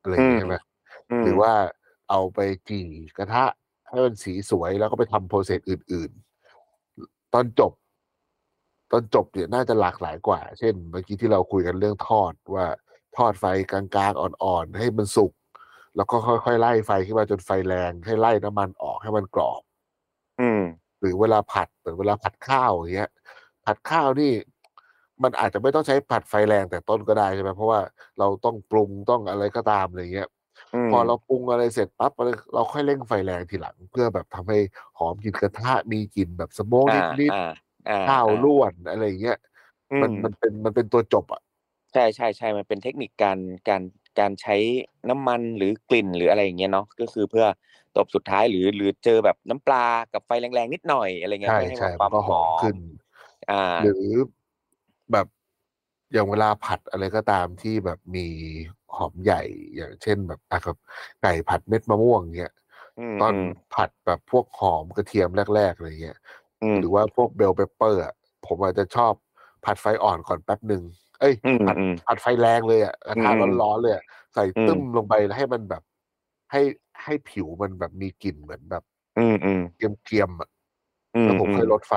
[SPEAKER 4] อะไรอย่างเงี้ยใช่
[SPEAKER 5] อืม
[SPEAKER 4] ไหม
[SPEAKER 5] อืม
[SPEAKER 4] หรือว่าเอาไปจี่กระทะให้มันสีสวยแล้วก็ไปทำโปรเซสอื่น ๆ ตอนจบ ตอนจบเนี่ยน่าจะหลากหลายกว่า เช่น เมื่อกี้ที่เราคุยกันเรื่องทอดว่าทอดไฟกลางๆอ่อนๆให้มันสุกแล้วก็ค่อยๆไล่ไฟขึ้นมาจนไฟแรง ให้ไล่น้ำมันออกให้มันกรอบ
[SPEAKER 5] อืม
[SPEAKER 4] หรือเวลาผัดเหมือนเวลาผัดข้าวอย่างเงี้ย ผัดข้าวนี่ มันอาจจะไม่ต้องใช้ผัดไฟแรงแต่ต้นก็ได้ใช่ไหมเพราะว่าเราต้องปรุงต้องอะไรก็ตามอะไรเงี้ย
[SPEAKER 5] ม
[SPEAKER 4] พอเราปรุงอะไรเสร็จปั๊บเราเราค่อยเร่งไฟแรงทีหลัง เพื่อแบบทำให้หอมกลิ่นกระทะมีกลิ่นแบบสโมก
[SPEAKER 5] อ่า
[SPEAKER 4] นิด
[SPEAKER 5] อ่าอ่
[SPEAKER 4] ๆข้าว
[SPEAKER 5] อ่
[SPEAKER 4] ล้วนอะไรเงี้ย
[SPEAKER 5] อื
[SPEAKER 4] มัน
[SPEAKER 5] ม
[SPEAKER 4] มันเป็นมันเป็นตัวจบอ่ะ
[SPEAKER 5] ใช่ใช่ใช่มันเป็นเทคนิคการการการใช้น้ำมันหรือกลิ่นหรืออะไรอย่างเงี้ยเนาะก็คือเพื่อตบสุดท้ายหรือหรือเจอแบบน้ำปลากับไฟแรงๆนิดหน่อยอะไรเงี้ย
[SPEAKER 4] ใช่
[SPEAKER 5] เพื่อให้
[SPEAKER 4] ใช่
[SPEAKER 5] มัน
[SPEAKER 4] มั
[SPEAKER 5] ควาน ม
[SPEAKER 4] ก็
[SPEAKER 5] ห
[SPEAKER 4] หอ
[SPEAKER 5] อ
[SPEAKER 4] มขึ้
[SPEAKER 5] ม
[SPEAKER 4] น
[SPEAKER 5] อ่า
[SPEAKER 4] หรือแบบอย่างเวลาผัดอะไรก็ตามที่แบบมีหอมใหญ่อย่างเช่นแบบอ่ะกับไก่ผัดเม็ดมะม่วงเงี้ย
[SPEAKER 5] ม
[SPEAKER 4] ตอน
[SPEAKER 5] ม
[SPEAKER 4] ผัดแบบพวกหอมกระเทียมแรกๆอะไรเงี้ย
[SPEAKER 5] อืม
[SPEAKER 4] หรือว่าพวกเบลเปเปอร์อะผมอาจจะชอบผัดไฟอ่อนก่อนแป๊บหนึ่งเอ้ย
[SPEAKER 5] อืม
[SPEAKER 4] ผัด
[SPEAKER 5] อืม
[SPEAKER 4] ผัดไฟแรงเลยอะกระทะ
[SPEAKER 5] อืม
[SPEAKER 4] ร้อนๆเลยอะใส่
[SPEAKER 5] อืม
[SPEAKER 4] ตึ้มลงไปแล้วให้มันแบบ ให้ให้ผิวมันแบบมีกลิ่นเหมือนแบบ
[SPEAKER 5] อืมอืม
[SPEAKER 4] เกรียมๆอะ
[SPEAKER 5] อืม
[SPEAKER 4] แล้วผมค่อยลดไฟ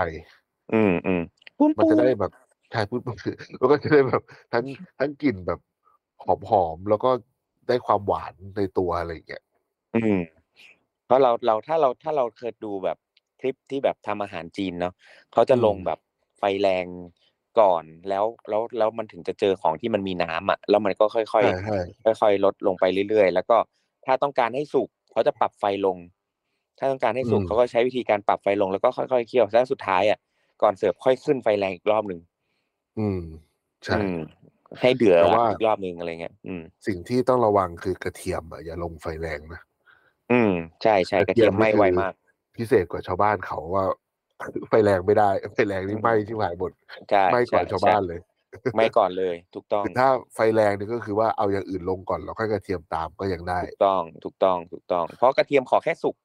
[SPEAKER 5] อืมอืมปุ้ม
[SPEAKER 4] มันจะ
[SPEAKER 5] ปุ้ม
[SPEAKER 4] ได้แบบ ใช่พูดมันคือมันก็จะได้แบบทั้งทั้งกลิ่นแบบหอมหอมแล้วก็ได้ความหวานในตัวอะไรอย่างเงี้ย
[SPEAKER 5] อืมเพราะเราเราถ้าเราถ้าเราเคยดูแบบคลิปที่แบบทำอาหารจีนเนาะเขาจะ
[SPEAKER 4] อืม
[SPEAKER 5] ลงแบบไฟแรงก่อนแล้วแล้วแล้วมันถึงจะเจอของที่มันมีน้ำอ่ะแล้วมันก็ค่อยค่อย
[SPEAKER 4] ใช่ใช่
[SPEAKER 5] ค่อยๆลดลงไปเรื่อย ๆ แล้วก็ถ้าต้องการให้สุกเขาจะปรับไฟลง ถ้าต้องการให้สุกเขาก็ใช้วิธีการปรับไฟลงแล้วก็ค่อยๆเคี่ยวแล้วสุดท้ายอ่ะก่อนเสิร์ฟค่อยขึ้นไฟแรงอีกรอบหนึ่ง
[SPEAKER 4] อืมใช่
[SPEAKER 5] อืมให้เดือด
[SPEAKER 4] แต่ว่า
[SPEAKER 5] อีกรอบหนึ่งอะไรเงี้ยอืม
[SPEAKER 4] สิ่งที่ต้องระวังคือกระเทียมอ่ะอย่าลงไฟแรงนะ
[SPEAKER 5] อืมใช่ใช่กระเทียมไหม้ไวมาก
[SPEAKER 4] พิเศษกว่าชาวบ้านเขาว่า ไฟแรงไม่ได้ไฟแรงนี่ไหม้ที่หายหมด
[SPEAKER 5] ใช่
[SPEAKER 4] ไหม้ก่อน
[SPEAKER 5] ใ
[SPEAKER 4] ชาวบ้านเลย
[SPEAKER 5] ใช่ไหม้ก่อนเลย ถูกต้อง
[SPEAKER 4] คือถ้าไฟแรงนี่ก็คือว่าเอาอย่างอื่นลงก่อนแล้วค่อยกระเทียมตามก็ยังได้
[SPEAKER 5] ถูกต้องถูกต้องถูกต้อง เพราะกระเทียมขอแค่สุก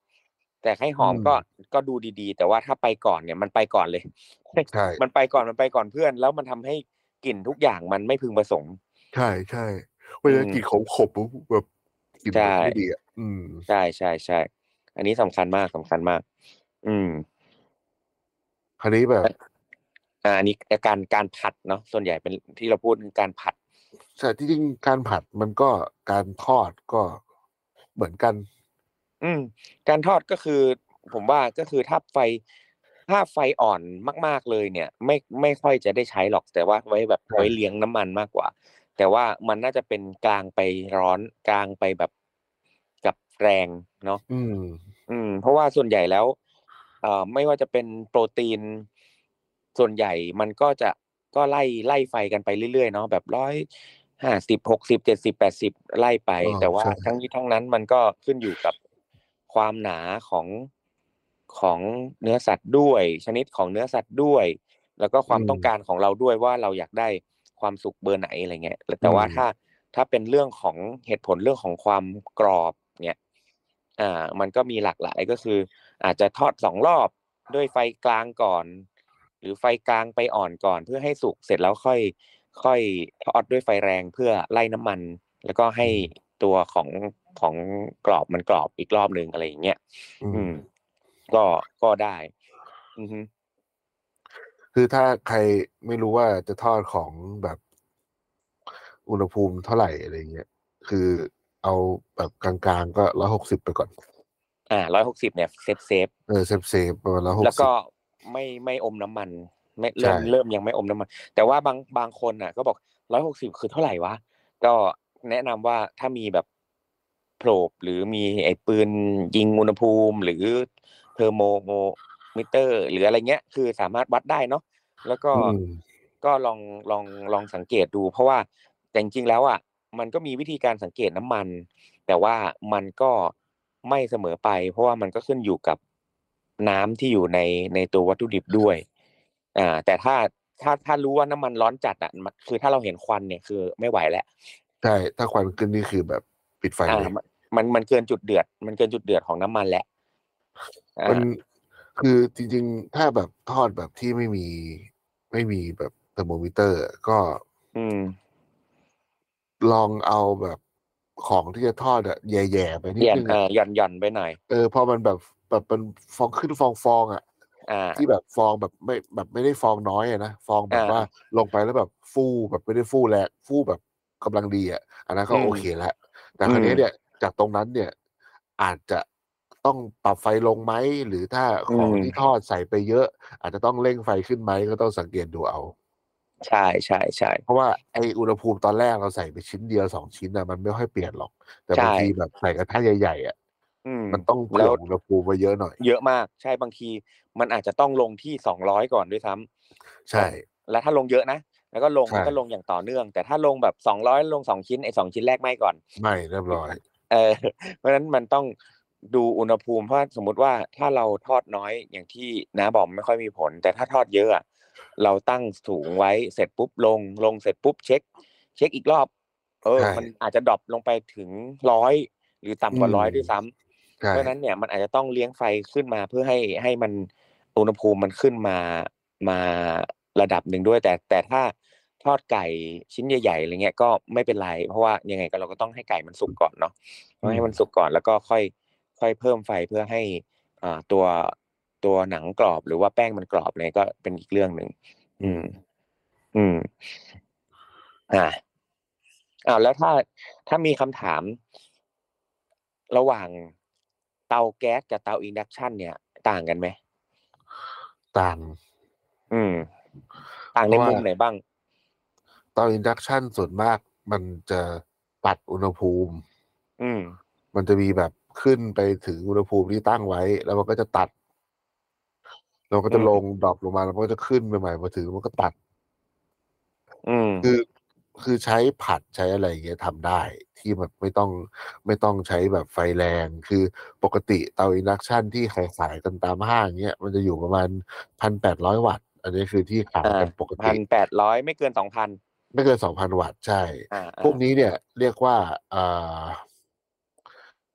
[SPEAKER 5] แต่ให้หอม
[SPEAKER 4] อืม
[SPEAKER 5] ก็ก็ดูดีๆ แต่ว่าถ้าไปก่อนเนี่ยมันไปก่อน เลย
[SPEAKER 4] ใช่
[SPEAKER 5] มันไปก่อนมันไปก่อนเพื่อน แล้วมันทำให้กลิ่นทุกอย่างมันไม่พึงประสงค์
[SPEAKER 4] ใช่ใช่เพราะฉะนั้นกลิ่นของขบแบบกลิ่นมันไม่ดีอ่ะอืม
[SPEAKER 5] ใช่ใช่ใช่อันนี้สำคัญมากสำคัญมาก อืม
[SPEAKER 4] คราวนี้แบบ
[SPEAKER 5] อ่าอันนี้การการผัดเนาะส่วนใหญ่เป็นที่เราพูดคือการผัด
[SPEAKER 4] แต่ที่จริงการผัดมันก็การทอดก็เหมือนกัน
[SPEAKER 5] อืม การทอดก็คือ ผมว่าก็คือถ้าไฟถ้าไฟอ่อนมาก ๆเลยเนี่ย ไม่ไม่ค่อยจะได้ใช้หรอก แต่ว่าไว้แบบไว้เลี้ยงน้ำมันมากกว่า แต่ว่ามันน่าจะเป็นกลางไปร้อนกลางไปแบบกับแรงเนาะ
[SPEAKER 4] อืม
[SPEAKER 5] อืมเพราะว่าส่วนใหญ่แล้วเอ่อไม่ว่าจะเป็นโปรตีน ส่วนใหญ่มันก็จะก็ไล่ไล่ไฟกันไปเรื่อยๆเนาะแบบร้อยห้าสิบหกสิบเจ็ดสิบแปดสิบไล่ไป
[SPEAKER 4] อ๋อ
[SPEAKER 5] แต่ว่า
[SPEAKER 4] ใช่
[SPEAKER 5] ทั้งนี้ทั้งนั้นมันก็ขึ้นอยู่กับความหนาของของเนื้อสัตว์ด้วย ชนิดของเนื้อสัตว์ด้วย แล้วก็ความ
[SPEAKER 4] อืม
[SPEAKER 5] ต้องการของเราด้วยว่าเราอยากได้ความสุกเบอร์ไหนอะไรเงี้ยแต่ว่า
[SPEAKER 4] อืม
[SPEAKER 5] ถ้าถ้าเป็นเรื่องของเหตุผลเรื่องของความกรอบเนี่ยอ่า มันก็มีหลากหลายก็คือ อาจจะทอดสองรอบด้วยไฟกลางก่อน หรือไฟกลางไปอ่อนก่อนเพื่อให้สุกเสร็จแล้วค่อย ค่อยทอดด้วยไฟแรงเพื่อไล่น้ำมัน แล้วก็ให้ตัวของของกรอบมันกรอบอีกรอบหนึ่งอะไรอย่างเงี้ย
[SPEAKER 4] อื
[SPEAKER 5] อื
[SPEAKER 4] ม
[SPEAKER 5] ม ก็ก็ได้ อือฮึ
[SPEAKER 4] คือถ้าใครไม่รู้ว่าจะทอดของแบบอุณหภูมิเท่าไหร่อะไรเงี้ย คือเอาแบบกลางๆก็ร้อยหกสิบไปก่อน
[SPEAKER 5] อ่าร้อยหกสิบเนี่ยเซฟเซฟ
[SPEAKER 4] เออเซฟเซฟประมาณร้อยหก
[SPEAKER 5] แล้ว
[SPEAKER 4] สิบ
[SPEAKER 5] ก็ไม่ไม่อมน้ำมัน ไม่เริ่ม
[SPEAKER 4] ใช่
[SPEAKER 5] เริ่มยังไม่อมน้ำมัน แต่ว่าบางบางคนน่ะ ก็บอกร้อยหกสิบคือเท่าไหร่วะ ก็แนะนำว่าถ้ามีแบบโผลบหรือมีไอ้ปืนยิงอุณหภูมิ หรือเทอร์โมโมมิเตอร์ หรืออะไรเงี้ย คือสามารถวัดได้เนาะแล้วก็
[SPEAKER 4] อืม
[SPEAKER 5] ก็ลองลองลองสังเกตดู เพราะว่าแต่จริงๆแล้วอ่ะมันก็มีวิธีการสังเกตน้ำมัน แต่ว่ามันก็ไม่เสมอไป เพราะว่ามันก็ขึ้นอยู่กับน้ำที่อยู่ในในตัววัตถุดิบด้วย อ่า แต่ถ้าถ้าถ้ารู้ว่าน้ำมันร้อนจัดอ่ะมันคือถ้าเราเห็นควันเนี่ยคือไม่ไหวแล้ว
[SPEAKER 4] ใช่ ถ้าควันขึ้นนี่คือแบบปิดไฟ
[SPEAKER 5] อ่า
[SPEAKER 4] เลย
[SPEAKER 5] มันมันมันเกินจุดเดือด มันเกินจุดเดือดของน้ำมันแล้วอ่า
[SPEAKER 4] มันคือจริงๆ ถ้าแบบทอดแบบที่ไม่มีไม่มีแบบเทอร์โมมิเตอร์ ก็
[SPEAKER 5] อืม
[SPEAKER 4] ลองเอาแบบของที่จะทอดอะแย่ๆไปนิด
[SPEAKER 5] เย็น
[SPEAKER 4] นึง
[SPEAKER 5] เอ
[SPEAKER 4] อะ
[SPEAKER 5] อหย่อนหย่อนไปหน่อย
[SPEAKER 4] เออพอมันแบบแบบมันฟองขึ้นฟองฟองๆอะ
[SPEAKER 5] อ่า
[SPEAKER 4] ที่แบบฟองแบบไม่แบบไม่ได้ฟองน้อยอะนะฟองแบบ
[SPEAKER 5] อ่า
[SPEAKER 4] ว่าลงไปแล้วแบบฟูแบบไม่ได้ฟูแรงฟูแบบกำลังดีอ่ะอันนั้นก็
[SPEAKER 5] อืม
[SPEAKER 4] โอเคแล้วแต่ครั้นี้
[SPEAKER 5] อืม
[SPEAKER 4] เนี่ยจากตรงนั้นเนี่ย อาจจะต้องปรับไฟลงไหมหรือถ้าของ
[SPEAKER 5] อืม
[SPEAKER 4] ที่ทอดใส่ไปเยอะ อาจจะต้องเร่งไฟขึ้นไหมก็ต้องสังเกตดูเอา
[SPEAKER 5] ใช่ใช่ใช่
[SPEAKER 4] เพราะว่าไออุณหภูมิตอนแรกเราใส่ไปชิ้นเดียวสองชิ้นอ่ะมันไม่ค่อยเปลี่ยนหรอก แต่บาง
[SPEAKER 5] ใช่
[SPEAKER 4] ทีแบบใส่กระทะใหญ่ๆอ่ะ
[SPEAKER 5] อืม
[SPEAKER 4] มันต้องเผื่ออุณหภูมิไว้เยอะหน่อย
[SPEAKER 5] เยอะมากใช่บางทีมันอาจจะต้องลงที่สองร้อยก่อนด้วยซ้ำ
[SPEAKER 4] ใช่
[SPEAKER 5] แล้วถ้าลงเยอะนะ แล้วก็ลง
[SPEAKER 4] ใช่
[SPEAKER 5] แล้วก็ลงอย่างต่อเนื่อง แต่ถ้าลงแบบสองร้อยลงสองชิ้นไอ้สองชิ้นแรกไม่ก่อน
[SPEAKER 4] ไม่เรียบร้อย
[SPEAKER 5] เออ เพราะฉะนั้นมันต้องดูอุณหภูมิเพราะสมมุติว่าถ้าเราทอดน้อยอย่างที่น้าบอกไม่ค่อยมีผล แต่ถ้าทอดเยอะอะเราตั้งสูงไว้เสร็จปุ๊บลงลงเสร็จปุ๊บเช็ค เช็คอีกรอบ เออ
[SPEAKER 4] ใช่
[SPEAKER 5] มันอาจจะดรอปลงไปถึงร้อยหรือต่ำกว่า
[SPEAKER 4] อืม
[SPEAKER 5] ร้อยด้วยซ้ำ
[SPEAKER 4] ใช่
[SPEAKER 5] เพราะฉะนั้นเนี่ยมันอาจจะต้องเลี้ยงไฟขึ้นมาเพื่อให้ให้มันอุณหภูมิมันขึ้นมามาระดับหนึ่งด้วย แต่แต่ถ้าทอดไก่ชิ้นใหญ่ๆอะไรเงี้ยก็ไม่เป็นไร เพราะว่ายังไงก็เราก็ต้องให้ไก่มันสุกก่อนเนาะต้องให้มันสุกก่อนแล้วก็ค่อยค่อยเพิ่มไฟเพื่อให้อ่าตัวตัวหนังกรอบหรือว่าแป้งมันกรอบอะไรก็เป็นอีกเรื่องหนึ่งอืม อืม อ่าอ้าวแล้วถ้าถ้ามีคำถาม ระหว่างเตาแก๊สกับเตาอินดักชันเนี่ย ต่างกันไหม
[SPEAKER 4] ต่าง
[SPEAKER 5] อืม ต่างใน
[SPEAKER 4] เพราะว่า
[SPEAKER 5] มุมไหนบ้าง
[SPEAKER 4] ตอนอินดักชันส่วนมากมันจะตัดอุณหภูมิ
[SPEAKER 5] อืม
[SPEAKER 4] มันจะมีแบบขึ้นไปถึงอุณหภูมิที่ตั้งไว้ แล้วมันก็จะตัดแล้วก็จะ
[SPEAKER 5] อืม
[SPEAKER 4] ลงดรอปลงมาแล้วมันก็จะขึ้นใหม่ๆพอถึงมันก็ตัด
[SPEAKER 5] อืม
[SPEAKER 4] คือคือใช้ผัดใช้อะไรอย่างเงี้ยทำได้ที่แบบไม่ต้องไม่ต้องใช้แบบไฟแรง คือปกติเตาอินดักชันที่ขายขายๆกันตามห้างเงี้ยมันจะอยู่ประมาณพันแปดร้อยวัตต์ อันนี้คือที่ขาย
[SPEAKER 5] อ่า
[SPEAKER 4] กันปก
[SPEAKER 5] พั
[SPEAKER 4] ติ
[SPEAKER 5] นแปดร้อยไม่เกินสองพัน
[SPEAKER 4] ไม่เกินสองพันวัตต์ใช่
[SPEAKER 5] อ่า
[SPEAKER 4] พวกนี้เนี่ยเรียกว่าเอ่อ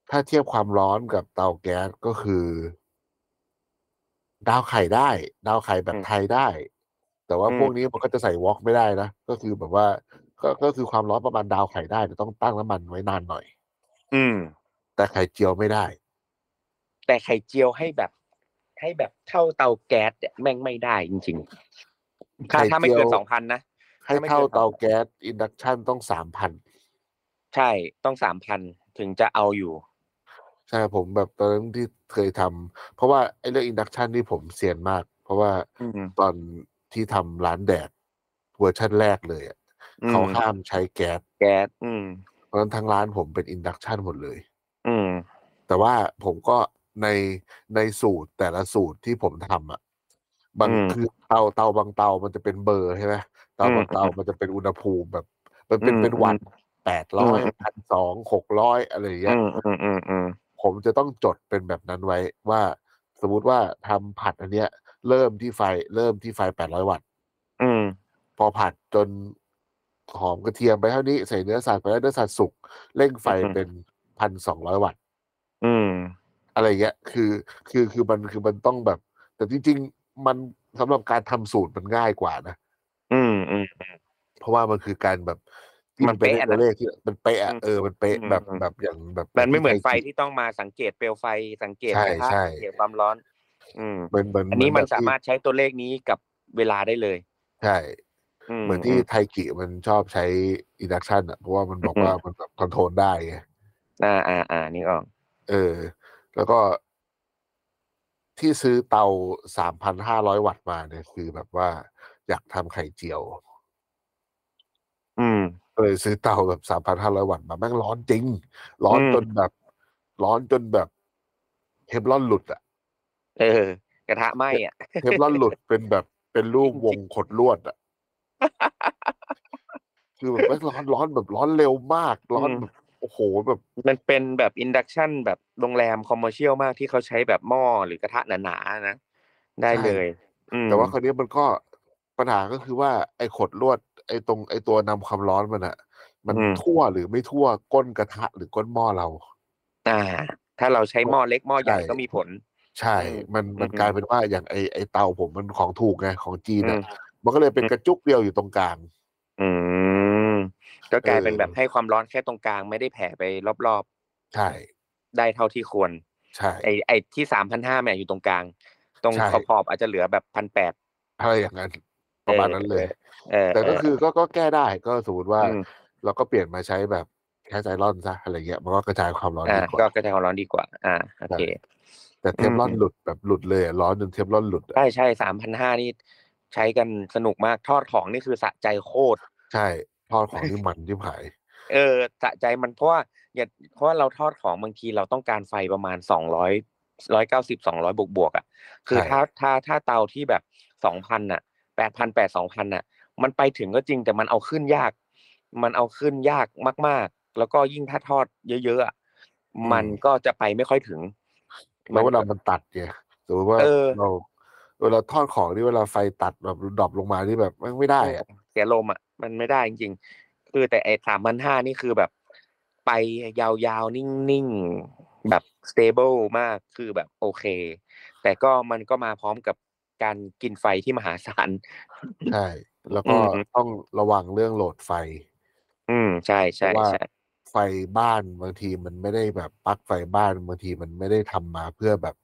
[SPEAKER 4] ถ้าเทียบความร้อนกับเตาแก๊สก็คือ ดาวไข่ได้ ดาวไข่แบบไทยได้ แต่ว่าพวกนี้มันก็จะใส่วอล์กไม่ได้นะ ก็คือแบบว่า ก็ก็คือความร้อนประมาณดาวไข่ได้แต่ต้องตั้งน้ำมันไว้นานหน่อย
[SPEAKER 5] อืม
[SPEAKER 4] แต่ไข่เจียวไม่ได้
[SPEAKER 5] แต่ไข่เจียวให้แบบ ให้แบบเท่าเตาแก๊สเนี่ยแม่งไม่ได้จริงๆถ้า
[SPEAKER 4] ไข่
[SPEAKER 5] ถ้าไม่เกิ
[SPEAKER 4] เจี
[SPEAKER 5] น
[SPEAKER 4] ยว
[SPEAKER 5] สองพันนะ
[SPEAKER 4] ให้
[SPEAKER 5] ถ้าไม่เกิน
[SPEAKER 4] เท่าเตาแก๊สอินดักชันต้องสามพัน
[SPEAKER 5] ใช่ต้องสามพันถึงจะเอาอยู่
[SPEAKER 4] ใช่ ช่ผมแบบตอนนั้นที่เคยทำเพราะว่าไอ้เรื่องอินดักชันนี่ผมเสียนมาก เพราะว่า
[SPEAKER 5] อืม
[SPEAKER 4] ตอนที่ทำร้านแดดเวอร์ชันแรกเลยอะ
[SPEAKER 5] อืม
[SPEAKER 4] เขาห้ามใช้แก๊ส
[SPEAKER 5] แก๊สอืม
[SPEAKER 4] เพราะฉะนั้นทั้งร้านผมเป็นอินดักชันหมดเลย
[SPEAKER 5] อืม
[SPEAKER 4] แต่ว่าผมก็ในในสูตรแต่ละสูตรที่ผมทำอ่ะบาง
[SPEAKER 5] อืม
[SPEAKER 4] คือเตาเตาบางเตามันจะเป็นเบอร์ใช่ไหมเตาบาง
[SPEAKER 5] อืม
[SPEAKER 4] เตามันจะเป็นอุณหภูมิแบบ มันเป็น
[SPEAKER 5] อืม
[SPEAKER 4] เป็นวันแปดร้อย
[SPEAKER 5] อืม
[SPEAKER 4] พันสองหกร้อยอะไรอย่างเงี้
[SPEAKER 5] อื
[SPEAKER 4] ย
[SPEAKER 5] มอืมอืมอืม
[SPEAKER 4] ผมจะต้องจดเป็นแบบนั้นไว้ว่า สมมติว่าทำผัดอันเนี้ย เริ่มที่ไฟเริ่มที่ไฟแปดร้อยวัตต์
[SPEAKER 5] อืม
[SPEAKER 4] พอผัดจนหอมกระเทียมไปเท่านี้ใส่เนื้อสัตว์ไปแล้วเนื้อสัตว์สุกเร่งไฟ
[SPEAKER 5] อืม
[SPEAKER 4] เป็นพันสองร้อยวัตต์
[SPEAKER 5] อืม
[SPEAKER 4] อะไรเงี้ยคือคือคือมันคือมันต้องแบบ แต่จริง ๆ มันสำหรับการทำสูตรมันง่ายกว่านะ
[SPEAKER 5] อืมอืม
[SPEAKER 4] เพราะว่ามันคือการแบบ
[SPEAKER 5] มันเป๊ะ
[SPEAKER 4] ตัวเลขที่มันเป๊ะอะ
[SPEAKER 5] อืม
[SPEAKER 4] เออมันเป๊ะ
[SPEAKER 5] อืม
[SPEAKER 4] แบบ
[SPEAKER 5] อืม
[SPEAKER 4] แบบอย่างแบบ
[SPEAKER 5] มันไม่เหมือนไฟ
[SPEAKER 4] ที่
[SPEAKER 5] ที่ต้องมาสังเกตเปลวไฟสังเกต
[SPEAKER 4] ใช่
[SPEAKER 5] กระทะ
[SPEAKER 4] ใช่
[SPEAKER 5] สังเกตความร้อน อืม
[SPEAKER 4] เหมือนเหมือน
[SPEAKER 5] อันนี้
[SPEAKER 4] เห
[SPEAKER 5] มัน
[SPEAKER 4] แบบ
[SPEAKER 5] สา
[SPEAKER 4] ที่
[SPEAKER 5] มารถใช้ตัวเลขนี้กับเวลาได้เลย
[SPEAKER 4] ใช่
[SPEAKER 5] อืม
[SPEAKER 4] เหมือนที่ไทกิมันชอบใช้อินดักชันอ่ะเพราะว่ามันบอก
[SPEAKER 5] อืม
[SPEAKER 4] ว่ามันแบบคอนโทรลได้ไง
[SPEAKER 5] อ่าอ่าอ่านี่ออก
[SPEAKER 4] เออ แล้วก็ที่ซื้อเตาสามพันห้าร้อยวัตต์มาเนี่ย คือแบบว่าอยากทำไข่เจียว
[SPEAKER 5] อืม
[SPEAKER 4] ก็เลยซื้อเตาแบบสามพันห้าร้อยวัตต์มาแม่งร้อนจริง ร้อน
[SPEAKER 5] อืม
[SPEAKER 4] จนแบบ ร้อนจนแบบเทฟลอนหลุดอ่ะ
[SPEAKER 5] เออ กระทะไหม้อ่ะ
[SPEAKER 4] เทฟลอนหลุดเป็นแบบเป็นรูปวงขดลวดอ่ะ คือแบบแม่งร้อนร้อนแบบร้อนเร็วมาก ร้อน
[SPEAKER 5] อืม
[SPEAKER 4] แบบโอ้โหแบบ
[SPEAKER 5] มันเป็นแบบอินดักชันแบบโรงแรมคอมเมอร์เชียลมากที่เขาใช้แบบหม้อหรือกระทะหนาๆนะ ได้เลย อืม
[SPEAKER 4] แต่ว่าคราวนี้มันก็ปัญหาก็คือว่าไอ้ขดลวด ไอ้ตรงไอ้ตัวนำความร้อนมันอะมันทั่วหรือไม่ทั่วก้นกระทะหรือก้นหม้อเรา
[SPEAKER 5] อ่า ถ้าเราใช้หม้อเล็กหม้อใหญ่
[SPEAKER 4] ใช่
[SPEAKER 5] ก็มีผล
[SPEAKER 4] ใช่
[SPEAKER 5] อืม
[SPEAKER 4] มันมัน
[SPEAKER 5] อืม
[SPEAKER 4] กลายเป็นว่าอย่างไอ้ไอ้เตาผมมันของถูกไงของจีนอะ
[SPEAKER 5] อืม
[SPEAKER 4] มันก็เลยเป็นกระจุกเดียวอยู่ตรงกลาง
[SPEAKER 5] อืม ก็กลายเป็น
[SPEAKER 4] เออ
[SPEAKER 5] แบบให้ความร้อนแค่ตรงกลางไม่ได้แผ่ไปรอบ
[SPEAKER 4] ใช่
[SPEAKER 5] ๆ ได้เท่าที่ควร
[SPEAKER 4] ใช่
[SPEAKER 5] ไอไอที่สามพันห้าแม่ยอยู่ตรงกลาง ตรงขอบขอบๆอาจจะเหลือแบบพันแปด
[SPEAKER 4] อะไรอย่างนั้น ประมาณนั้นเลย
[SPEAKER 5] เออ
[SPEAKER 4] แต่ก็
[SPEAKER 5] เ
[SPEAKER 4] คือก็ก็แก้ได้ก็สมมติว่า
[SPEAKER 5] อืม
[SPEAKER 4] เราก็เปลี่ยนมาใช้แบบแคสไอรอนซะอะไรเงี้ยมันก็กระจายความร้อนดี
[SPEAKER 5] อ่าก
[SPEAKER 4] ว่า
[SPEAKER 5] ก็กระจายความร้อนดีกว่า อ่าโอเค
[SPEAKER 4] แต่เทฟลอน
[SPEAKER 5] อืม
[SPEAKER 4] หลุดแบบหลุดเลยอะร้อนจนเทฟลอนหลุดอะ
[SPEAKER 5] ใช่ใช่สามพันห้านี่ใช้กันสนุกมากทอดของนี่คือสะใจโคตร
[SPEAKER 4] ใช่ทอดของที่มันที่หาย
[SPEAKER 5] เออสะใจมันเพราะว่าอย่าเพราะว่าเราทอดของบางทีเราต้องการไฟประมาณสองร้อยร้อยเก้าสิบสองร้อยบวกบวกๆอ่ะ คือ
[SPEAKER 4] ใช่
[SPEAKER 5] ถ้าถ้าถ้าเตาที่แบบสองพันอ่ะแปดพันแปดสองพันอ่ะ มันไปถึงก็จริงแต่มันเอาขึ้นยาก มันเอาขึ้นยากมาก ๆ แล้วก็ยิ่งถ้าทอดเยอะๆอะมันก็จะไปไม่ค่อยถึง
[SPEAKER 4] แล้วเวลามันตัดเนี่ยสมมติว่า
[SPEAKER 5] เออ
[SPEAKER 4] เราเวลาทอดของนี่เวลาไฟตัดแบบดรอปลงมานี่แบบแม่งไม่ได้อะ
[SPEAKER 5] เสียลมอ่ะมันไม่ได้จริงๆคือแต่ไอ้สามพันห้านี่คือแบบ ไปยาวๆ นิ่งๆ แบบ stable มากคือแบบโอเค แต่ก็มันก็มาพร้อมกับการกินไฟที่มหาศาล
[SPEAKER 4] ใช่ แล้วก็
[SPEAKER 5] อืม
[SPEAKER 4] ต้องระวังเรื่องโหลดไฟ
[SPEAKER 5] อืมใช่
[SPEAKER 4] เพ
[SPEAKER 5] ใช่
[SPEAKER 4] ราะว่า
[SPEAKER 5] ใช่
[SPEAKER 4] ไฟบ้านบางทีมันไม่ได้แบบปลั๊กไฟบ้านบางทีมันไม่ได้ทำมาเพื่อแบบ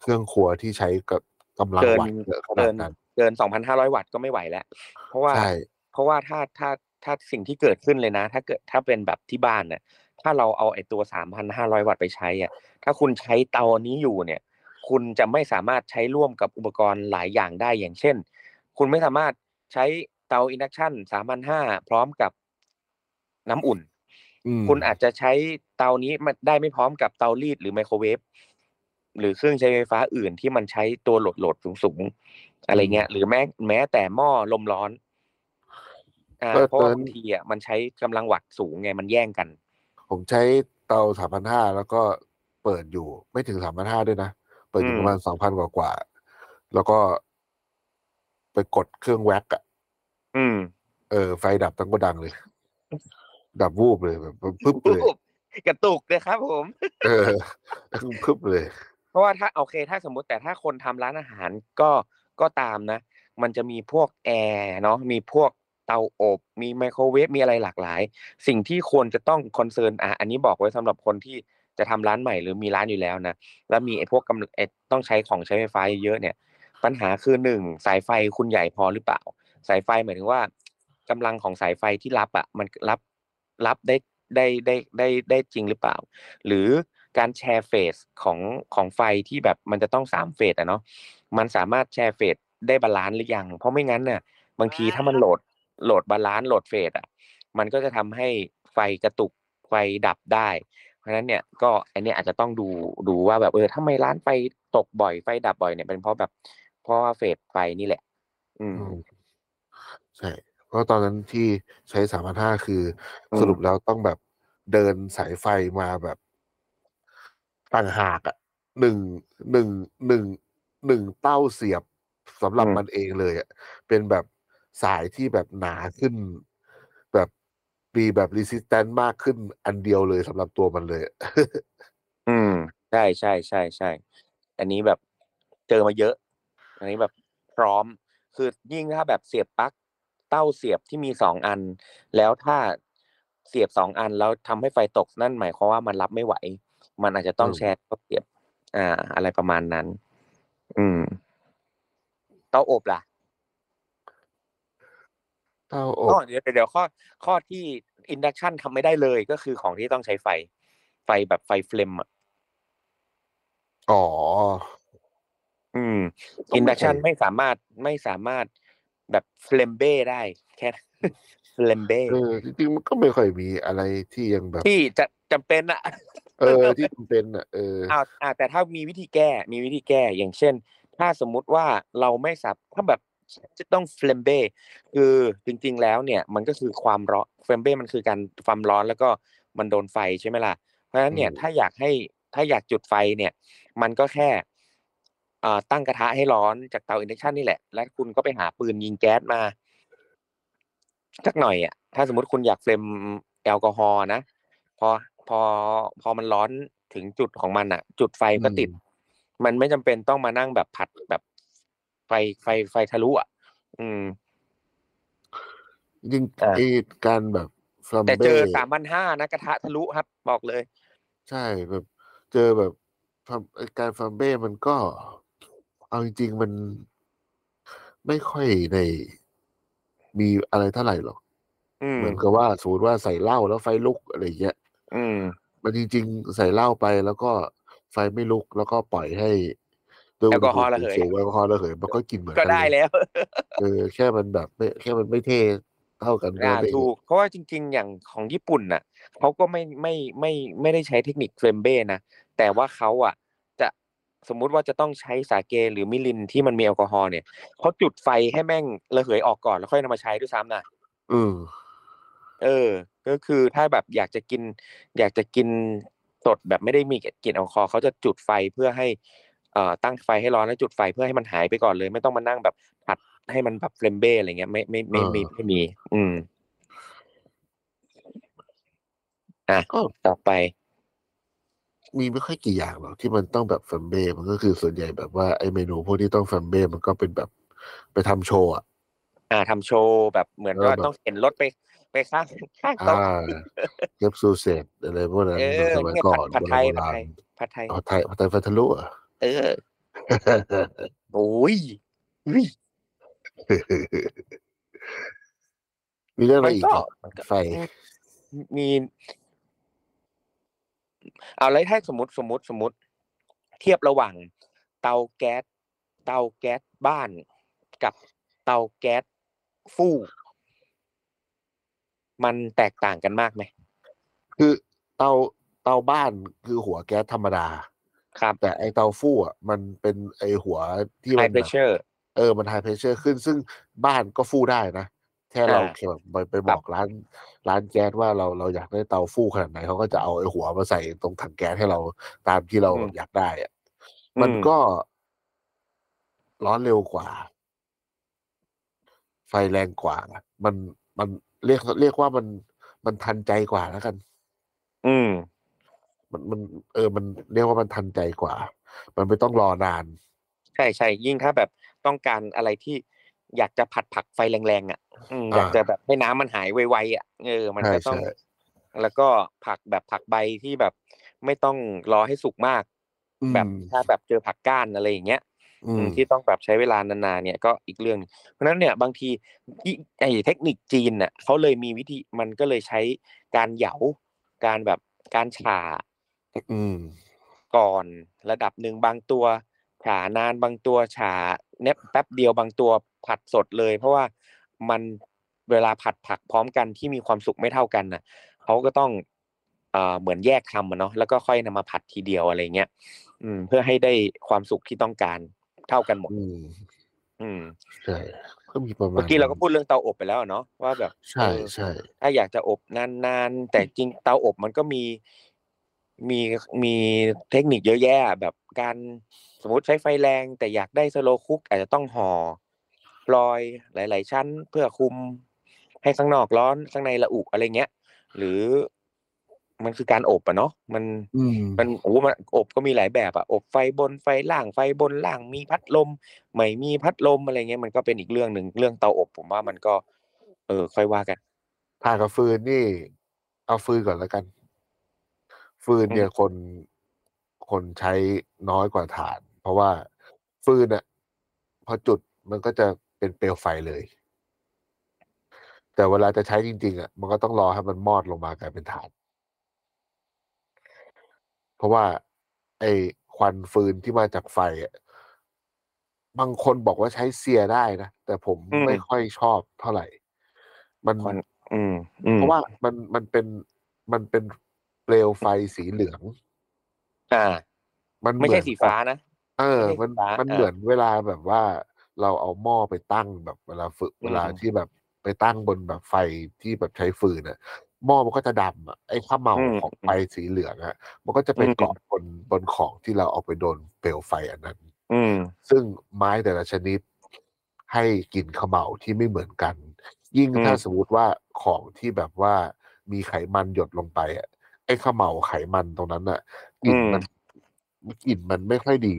[SPEAKER 4] เครื่องครัวที่ใช้กับกำลัง
[SPEAKER 5] เกิน
[SPEAKER 4] วัตต์เยอะข
[SPEAKER 5] เกิ
[SPEAKER 4] นาด
[SPEAKER 5] น
[SPEAKER 4] นั้น
[SPEAKER 5] เกินสองพันห้าร้อยวัตต์ก็ไม่ไหวแล้ว เพราะว่า
[SPEAKER 4] ใช่
[SPEAKER 5] เพราะว่าถ้าถ้าถ้าสิ่งที่เกิดขึ้นเลยนะ ถ้าเกิดถ้าเป็นแบบที่บ้านเนี่ยถ้าเราเอาไอ้ตัวสามพันห้าร้อยวัตต์ไปใช้อ่ะถ้าคุณใช้เตาอันนี้อยู่เนี่ย คุณจะไม่สามารถใช้ร่วมกับอุปกรณ์หลายอย่างได้อย่างเช่น คุณไม่สามารถใช้เตาอินดักชันสามพันห้าพร้อมกับน้ำอุ่น
[SPEAKER 4] อืม
[SPEAKER 5] คุณอาจจะใช้เตานี้มันได้ไม่พร้อมกับเตารีดหรือไมโครเวฟหรือเครื่องใช้ไฟฟ้าอื่นที่มันใช้ตัวโหลดโหลดสูงสูงๆอะไรเงี้ย หรือแม้แม้แต่หม้อลมร้อนอ่าเพราะว่าบางทีอ่ะมันใช้กำลังวัตต์สูงไงมันแย่งกัน
[SPEAKER 4] ผมใช้เตาสามพันห้าแล้วก็เปิดอยู่ไม่ถึงสามพันห้าด้วยนะ เปิดอยู่
[SPEAKER 5] อืม
[SPEAKER 4] ประมาณสองพันกว่ากว่าๆแล้วก็ไปกดเครื่องแว็กอะ
[SPEAKER 5] อืม
[SPEAKER 4] เออไฟดับทั้งโกดังเลย ดับวูบเลยแบบปึ๊บเลย
[SPEAKER 5] กระตุกเลยครับผม
[SPEAKER 4] เออปึ๊บเลย
[SPEAKER 5] เพราะว่าถ้าโอเคถ้าสมมติแต่ถ้าคนทำร้านอาหารก็ก็ตามนะ มันจะมีพวกแอร์เนาะมีพวกเตาอบ มีไมโครเวฟมีอะไรหลากหลาย สิ่งที่ควรจะต้องคอนเซิร์นอ่ะอันนี้บอกไว้สำหรับคนที่จะทำร้านใหม่หรือมีร้านอยู่แล้วนะแล้วมีไอ้พวกกำไอ้ต้องใช้ของใช้ไฟฟ้าเยอะๆเนี่ย ปัญหาคือหนึ่งสายไฟคุณใหญ่พอหรือเปล่า สายไฟหมายถึงว่ากำลังของสายไฟที่รับอ่ะมันรับรับได้ได้ได้ได้ได้จริงหรือเปล่า หรือ การแชร์เฟสของของไฟที่แบบมันจะต้องสามเฟสอะเนาะมันสามารถแชร์เฟสได้บาลานซ์หรือยัง เพราะไม่งั้นเนี่ยบางทีถ้ามันโหลดโหลดบาลานซ์โหลดเฟสอะมันก็จะทำให้ไฟกระตุกไฟดับได้ เพราะฉะนั้นเนี่ยก็อันเนี้ยอาจจะต้องดูดูว่าแบบเออทำไมร้านไฟตกบ่อยไฟดับบ่อยเนี่ยเป็นเพราะแบบเพราะว่าเฟสไฟนี่แหละ อืม
[SPEAKER 4] ใช่เพราะตอนนั้นที่ใช้สามพันห้าคืออ
[SPEAKER 5] ม
[SPEAKER 4] สรุปแล้วต้องแบบเดินสายไฟมาแบบต่างหากอะหนึ่งหนึ่งหนึ่งหนึ่งเต้าเสียบสำหรับมันเองเลยอะเป็นแบบสายที่แบบหนาขึ้น แบบมีแบบรีสิสแตนมากขึ้นอันเดียวเลยสำหรับตัวมันเลยอะ
[SPEAKER 5] อืมใช่ใช่ใช่ใช่อันนี้แบบเจอมาเยอะ อันนี้แบบพร้อม คือยิ่งถ้าแบบเสียบปลั๊กเต้าเสียบที่มีสองอัน แล้วถ้าเสียบสองอันแล้วทำให้ไฟตกนั่นหมายความว่ามันรับไม่ไหว มันอาจจะต้อง
[SPEAKER 4] อืม
[SPEAKER 5] แชร์เต้าเสียบ อ่า อะไรประมาณนั้น อืม เต้าอบล่ะ
[SPEAKER 4] เต้าอ
[SPEAKER 5] อ๋
[SPEAKER 4] บ
[SPEAKER 5] อเดี๋ยวเดี๋ยวข้อข้อที่อินดักชันทำไม่ได้เลยก็คือของที่ต้องใช้ไฟ ไฟแบบไฟเฟลมอ่ะ
[SPEAKER 4] อ๋อ
[SPEAKER 5] อืม
[SPEAKER 4] ต้อง
[SPEAKER 5] อิน
[SPEAKER 4] ไม่
[SPEAKER 5] ดักชัน
[SPEAKER 4] ใช้
[SPEAKER 5] ไม่สามารถไม่สามารถแบบเฟลมเบ้ได้ แค่ เฟลมเบ้
[SPEAKER 4] เออจริงๆมันก็ไม่ค่อยมีอะไรที่ยังแบบ
[SPEAKER 5] ที่จะจำเป็นอ่ะ
[SPEAKER 4] เออที่จำเป็นอ่ะเออ
[SPEAKER 5] อ้าวอ่าแต่ถ้ามีวิธีแก้มีวิธีแก้อย่างเช่น ถ้าสมมุติว่าเราไม่สับถ้าแบบจะต้องเฟลมเบ้คือจริง ๆ แล้วเนี่ยมันก็คือความร้อนเฟลมเบ้มันคือการความร้อนแล้วก็มันโดนไฟใช่ไหมล่ะเพราะฉะนั้นเนี่ย
[SPEAKER 4] อืม
[SPEAKER 5] ถ้าอยากให้ถ้าอยากจุดไฟเนี่ย มันก็แค่เอ่อตั้งกระทะให้ร้อนจากเตาอินดักชันนี่แหละ แล้วคุณก็ไปหาปืนยิงแก๊สมาสักหน่อยอ่ะถ้าสมมติคุณอยากเฟลมแอลกอฮอล์นะ พอพอพอมันร้อนถึงจุดของมันอ่ะ จุดไฟก็ติด มันไม่จำเป็นต้องมานั่งแบบผัดแบบไฟไฟไฟทะลุอ่ะ อืม
[SPEAKER 4] ยิ่ง
[SPEAKER 5] อ่ะ
[SPEAKER 4] ไอการแบบฟลัม
[SPEAKER 5] แต่
[SPEAKER 4] เบ้
[SPEAKER 5] เจอสามพันห้านะกระทะทะลุครับ บอกเลย
[SPEAKER 4] ใช่แบบ เจอแบบ plum- ไอ้การฟลัมเบ้มันก็ เอาจริง ๆ มันไม่ค่อยในมีอะไรเท่าไหร่หรอก
[SPEAKER 5] อืม
[SPEAKER 4] เหมือนกับว่าสมมติว่าใส่เหล้าแล้วไฟลุกอะไรอย่างเงี้ย
[SPEAKER 5] อืม
[SPEAKER 4] มันจริง ๆ ใส่เหล้าไปแล้วก็ไฟไม่ลุกแล้วก็ปล่อยให้ด้วย
[SPEAKER 5] แอลกอฮอล์ระเหย
[SPEAKER 4] สูงๆแอลกอฮอล์ระเหยมันก็กินเหมือน
[SPEAKER 5] ก็
[SPEAKER 4] น
[SPEAKER 5] ได้
[SPEAKER 4] เลย
[SPEAKER 5] แล้ว
[SPEAKER 4] เออแค่มันแบบไม่แค่มันไม่เท่เท่ากันแค่
[SPEAKER 5] อ่า
[SPEAKER 4] นั้นเอง
[SPEAKER 5] ถูกเพราะว่าจริง ๆ อย่างของญี่ปุ่นน่ะเขาก็ไม่ไม่ไม่ไม่ได้ใช้เทคนิคเฟรมเบ้นะแต่ว่าเขาอ่ะ จะสมมุติว่าจะต้องใช้สาเกหรือมิรินที่มันมีแอลกอฮอล์เนี่ยเขาจุดไฟให้แม่งระเหยออกก่อนแล้วค่อยนำมาใช้ด้วยซ้ำนะ
[SPEAKER 4] เออ
[SPEAKER 5] เออ ก็คือถ้าแบบอยากจะกิน อยากจะกินสดแบบไม่ได้มีกลิ่นแอลกอฮอล์เขาจะจุดไฟเพื่อให้เอ่อตั้งไฟให้ร้อนแล้วจุดไฟเพื่อให้มันหายไปก่อนเลย ไม่ต้องมานั่งแบบผัดให้มันแบบเฟลมเบ้อะไรเงี้ยไม่ไม่ไม่
[SPEAKER 4] เอ
[SPEAKER 5] ไม่
[SPEAKER 4] อ
[SPEAKER 5] ไม่มี อืม
[SPEAKER 4] ก็
[SPEAKER 5] ต่อไป
[SPEAKER 4] มีไม่ค่อยกี่อย่างหรอกที่มันต้องแบบแฟมเบ้มันก็คือส่วนใหญ่แบบว่าไอเมนูพวกที่ต้องแฟมเบ้มันก็เป็นแบบไปทำโชว์อ่ะ
[SPEAKER 5] อ่าทำโชว์แบบเหมือน
[SPEAKER 4] เออ
[SPEAKER 5] ว่า
[SPEAKER 4] แบบ
[SPEAKER 5] ต้องเข็นรถไปไปข้างข้าง
[SPEAKER 4] อ่า
[SPEAKER 5] โต๊ะ
[SPEAKER 4] เก็บซูเซตอะไรพวกนั้น
[SPEAKER 5] เออ
[SPEAKER 4] สมัย
[SPEAKER 5] เนี่ย
[SPEAKER 4] ก่อ
[SPEAKER 5] ผัด
[SPEAKER 4] น
[SPEAKER 5] ผัดไทย
[SPEAKER 4] โบ
[SPEAKER 5] ผั
[SPEAKER 4] รา
[SPEAKER 5] ดไท
[SPEAKER 4] ณ
[SPEAKER 5] ยผัดไทย
[SPEAKER 4] ผัดไทยผัดไทยฟันทะลุอ่ะ
[SPEAKER 5] เออโอ้ยอุ้ย
[SPEAKER 4] มีเรื่องอะไรอีกครับ
[SPEAKER 5] มันก็
[SPEAKER 4] ไฟ
[SPEAKER 5] มี เอาแล้วถ้าสมมติสมมติสมมติ เทียบระหว่างเตาแก๊สเตาแก๊สบ้านกับเตาแก๊สฟู่มันแตกต่างกันมากไหม
[SPEAKER 4] คือเตาเตาบ้านคือหัวแก๊สธรรมดา
[SPEAKER 5] ครับ
[SPEAKER 4] แต่ไอเตาฟู่อ่ะมันเป็นไอหัวที่
[SPEAKER 5] ไฮ
[SPEAKER 4] มัน
[SPEAKER 5] เพร
[SPEAKER 4] แบ
[SPEAKER 5] ส
[SPEAKER 4] บ
[SPEAKER 5] เชอร์
[SPEAKER 4] เออมันไฮเพรสเชอร์ขึ้น ซึ่งบ้านก็ฟู่ได้นะแค่เรา
[SPEAKER 5] อ่า
[SPEAKER 4] แค่แบบไปไปบอกร้าน ร้านแก๊สว่าเราเราอยากได้เตาฟู่ขนาดไหนเขาก็จะเอาไอหัวมาใส่ตรงถังแก๊สให้เราตามที่เรา
[SPEAKER 5] อืม
[SPEAKER 4] อยากได้อะ
[SPEAKER 5] อืม
[SPEAKER 4] มันก็ร้อนเร็วกว่า ไฟแรงกว่า มันมันเรียกเรียกว่ามันมันทันใจกว่าแล้วกัน
[SPEAKER 5] อืม
[SPEAKER 4] มันมัน เออ มันเรียกว่ามันทันใจกว่า มันไม่ต้องรอนาน
[SPEAKER 5] ใช่ใช่ยิ่งถ้าแบบต้องการอะไรที่อยากจะผัดผักไฟแรงๆอ่ะอืม
[SPEAKER 4] อ่า
[SPEAKER 5] อยากจะแบบให้น้ำมันหายไวๆอ่ะเออ มันก็ต้อง
[SPEAKER 4] ใช่ใช่
[SPEAKER 5] แล้วก็ผักแบบผักใบที่แบบไม่ต้องรอให้สุกมาก แบบ
[SPEAKER 4] อืม
[SPEAKER 5] ถ้าแบบเจอผักก้านอะไรอย่างเงี้ย
[SPEAKER 4] อืม
[SPEAKER 5] อืมที่ต้องแบบใช้เวลานานๆเนี่ยก็อีกเรื่องหนึ่งเพราะฉะนั้นเนี่ยบางทีอีไอ้เทคนิคจีนน่ะเขาเลยมีวิธีมันก็เลยใช้การเหยาการแบบการฉ่า
[SPEAKER 4] อืม
[SPEAKER 5] ก่อนระดับหนึ่งบางตัวฉานานบางตัวฉาเนบแป๊บเดียวบางตัวผัดสดเลย เพราะว่ามันเวลาผัดผักพร้อมกันที่มีความสุกไม่เท่ากันน่ะเขาก็ต้องเอ่อเหมือนแยกทำอะเนาะแล้วก็ค่อยนำมาผัดทีเดียวอะไรเงี้ยอืม เพื่อให้ได้ความสุกที่ต้องการเท่ากันหมด
[SPEAKER 4] อืม
[SPEAKER 5] อืม
[SPEAKER 4] ใช่ก็มีประมาณ
[SPEAKER 5] เมื่อกี้เราก็พูดเรื่องเตาอบไปแล้วอะเนาะว่าแบบ
[SPEAKER 4] ใช่
[SPEAKER 5] เออ
[SPEAKER 4] ใช่
[SPEAKER 5] ถ้าอยากจะอบนานๆ แต่จริงเตาอบมันก็มีมีมีเทคนิคเยอะแยะแบบการสมมติใช้ไฟแรง แต่อยากได้สโลคุก อาจจะต้องห่อปลอยหลาย ๆ ชั้นเพื่อคุม ให้ข้างนอกร้อนข้างในละอุอะไรเงี้ย หรือมันคือการอบอะเนาะมัน
[SPEAKER 4] อืม
[SPEAKER 5] มันโอ้มันอบก็มีหลายแบบอะอบไฟบนไฟล่างไฟบนล่างมีพัดลม ไม่มีพัดลมอะไรเงี้ยมันก็เป็นอีกเรื่องหนึ่งเรื่องเตาอบ ผมว่ามันก็ เออ ค่อยว่ากัน
[SPEAKER 4] ผ่ากับฟืนนี่ เอาฟืนก่อนแล้วกัน ฟืนเนี่ยคนคนใช้น้อยกว่าถ่าน เพราะว่าฟืนอะพอจุดมันก็จะเป็นเปลวไฟเลย แต่เวลาจะใช้จริงๆอะมันก็ต้องรอให้มันมอดลงมากลายเป็นถ่าน เพราะว่า ไอ้ควันฟืนที่มาจากไฟอะบางคนบอกว่าใช้เสียได้นะ แต่ผม
[SPEAKER 5] อืม
[SPEAKER 4] ไม่ค่อยชอบเท่าไหร่ มัน
[SPEAKER 5] ควัน อืมอืม
[SPEAKER 4] เพราะว่ามันมันเป็นมันเป็นเปลวไฟสีเหลือง
[SPEAKER 5] อ่า
[SPEAKER 4] มัน
[SPEAKER 5] ไม่ใช่
[SPEAKER 4] เหอน
[SPEAKER 5] สีฟ้านะ
[SPEAKER 4] เออ
[SPEAKER 5] ไม่
[SPEAKER 4] มัน
[SPEAKER 5] ใช่สีฟ้า
[SPEAKER 4] มัน
[SPEAKER 5] อ่า
[SPEAKER 4] เหมือนเวลาแบบว่าเราเอาหม้อไปตั้งแบบเวลาฝึกเวลา
[SPEAKER 5] อืม
[SPEAKER 4] ที่แบบไปตั้งบนแบบไฟที่แบบใช้ฟืนอ่ะหม้อมันก็จะดำอ่ะไอ้ข้าวเหมาของไฟสีเหลืองอ่ะ มันก็จะไปเกาะบนบนของที่เราเอาไปโดนเปลวไฟอันนั้น
[SPEAKER 5] อืม
[SPEAKER 4] ซึ่งไม้แต่ละชนิดให้กลิ่นเขมเหลาที่ไม่เหมือนกัน ยิ่ง
[SPEAKER 5] อืม
[SPEAKER 4] ถ้าสมมติว่าของที่แบบว่ามีไขมันหยดลงไปอ่ะไอ้เขมเหลาไขมันตรงนั้นอ่ะกลิ่นมันกลิ่นมันไม่ค่อยดี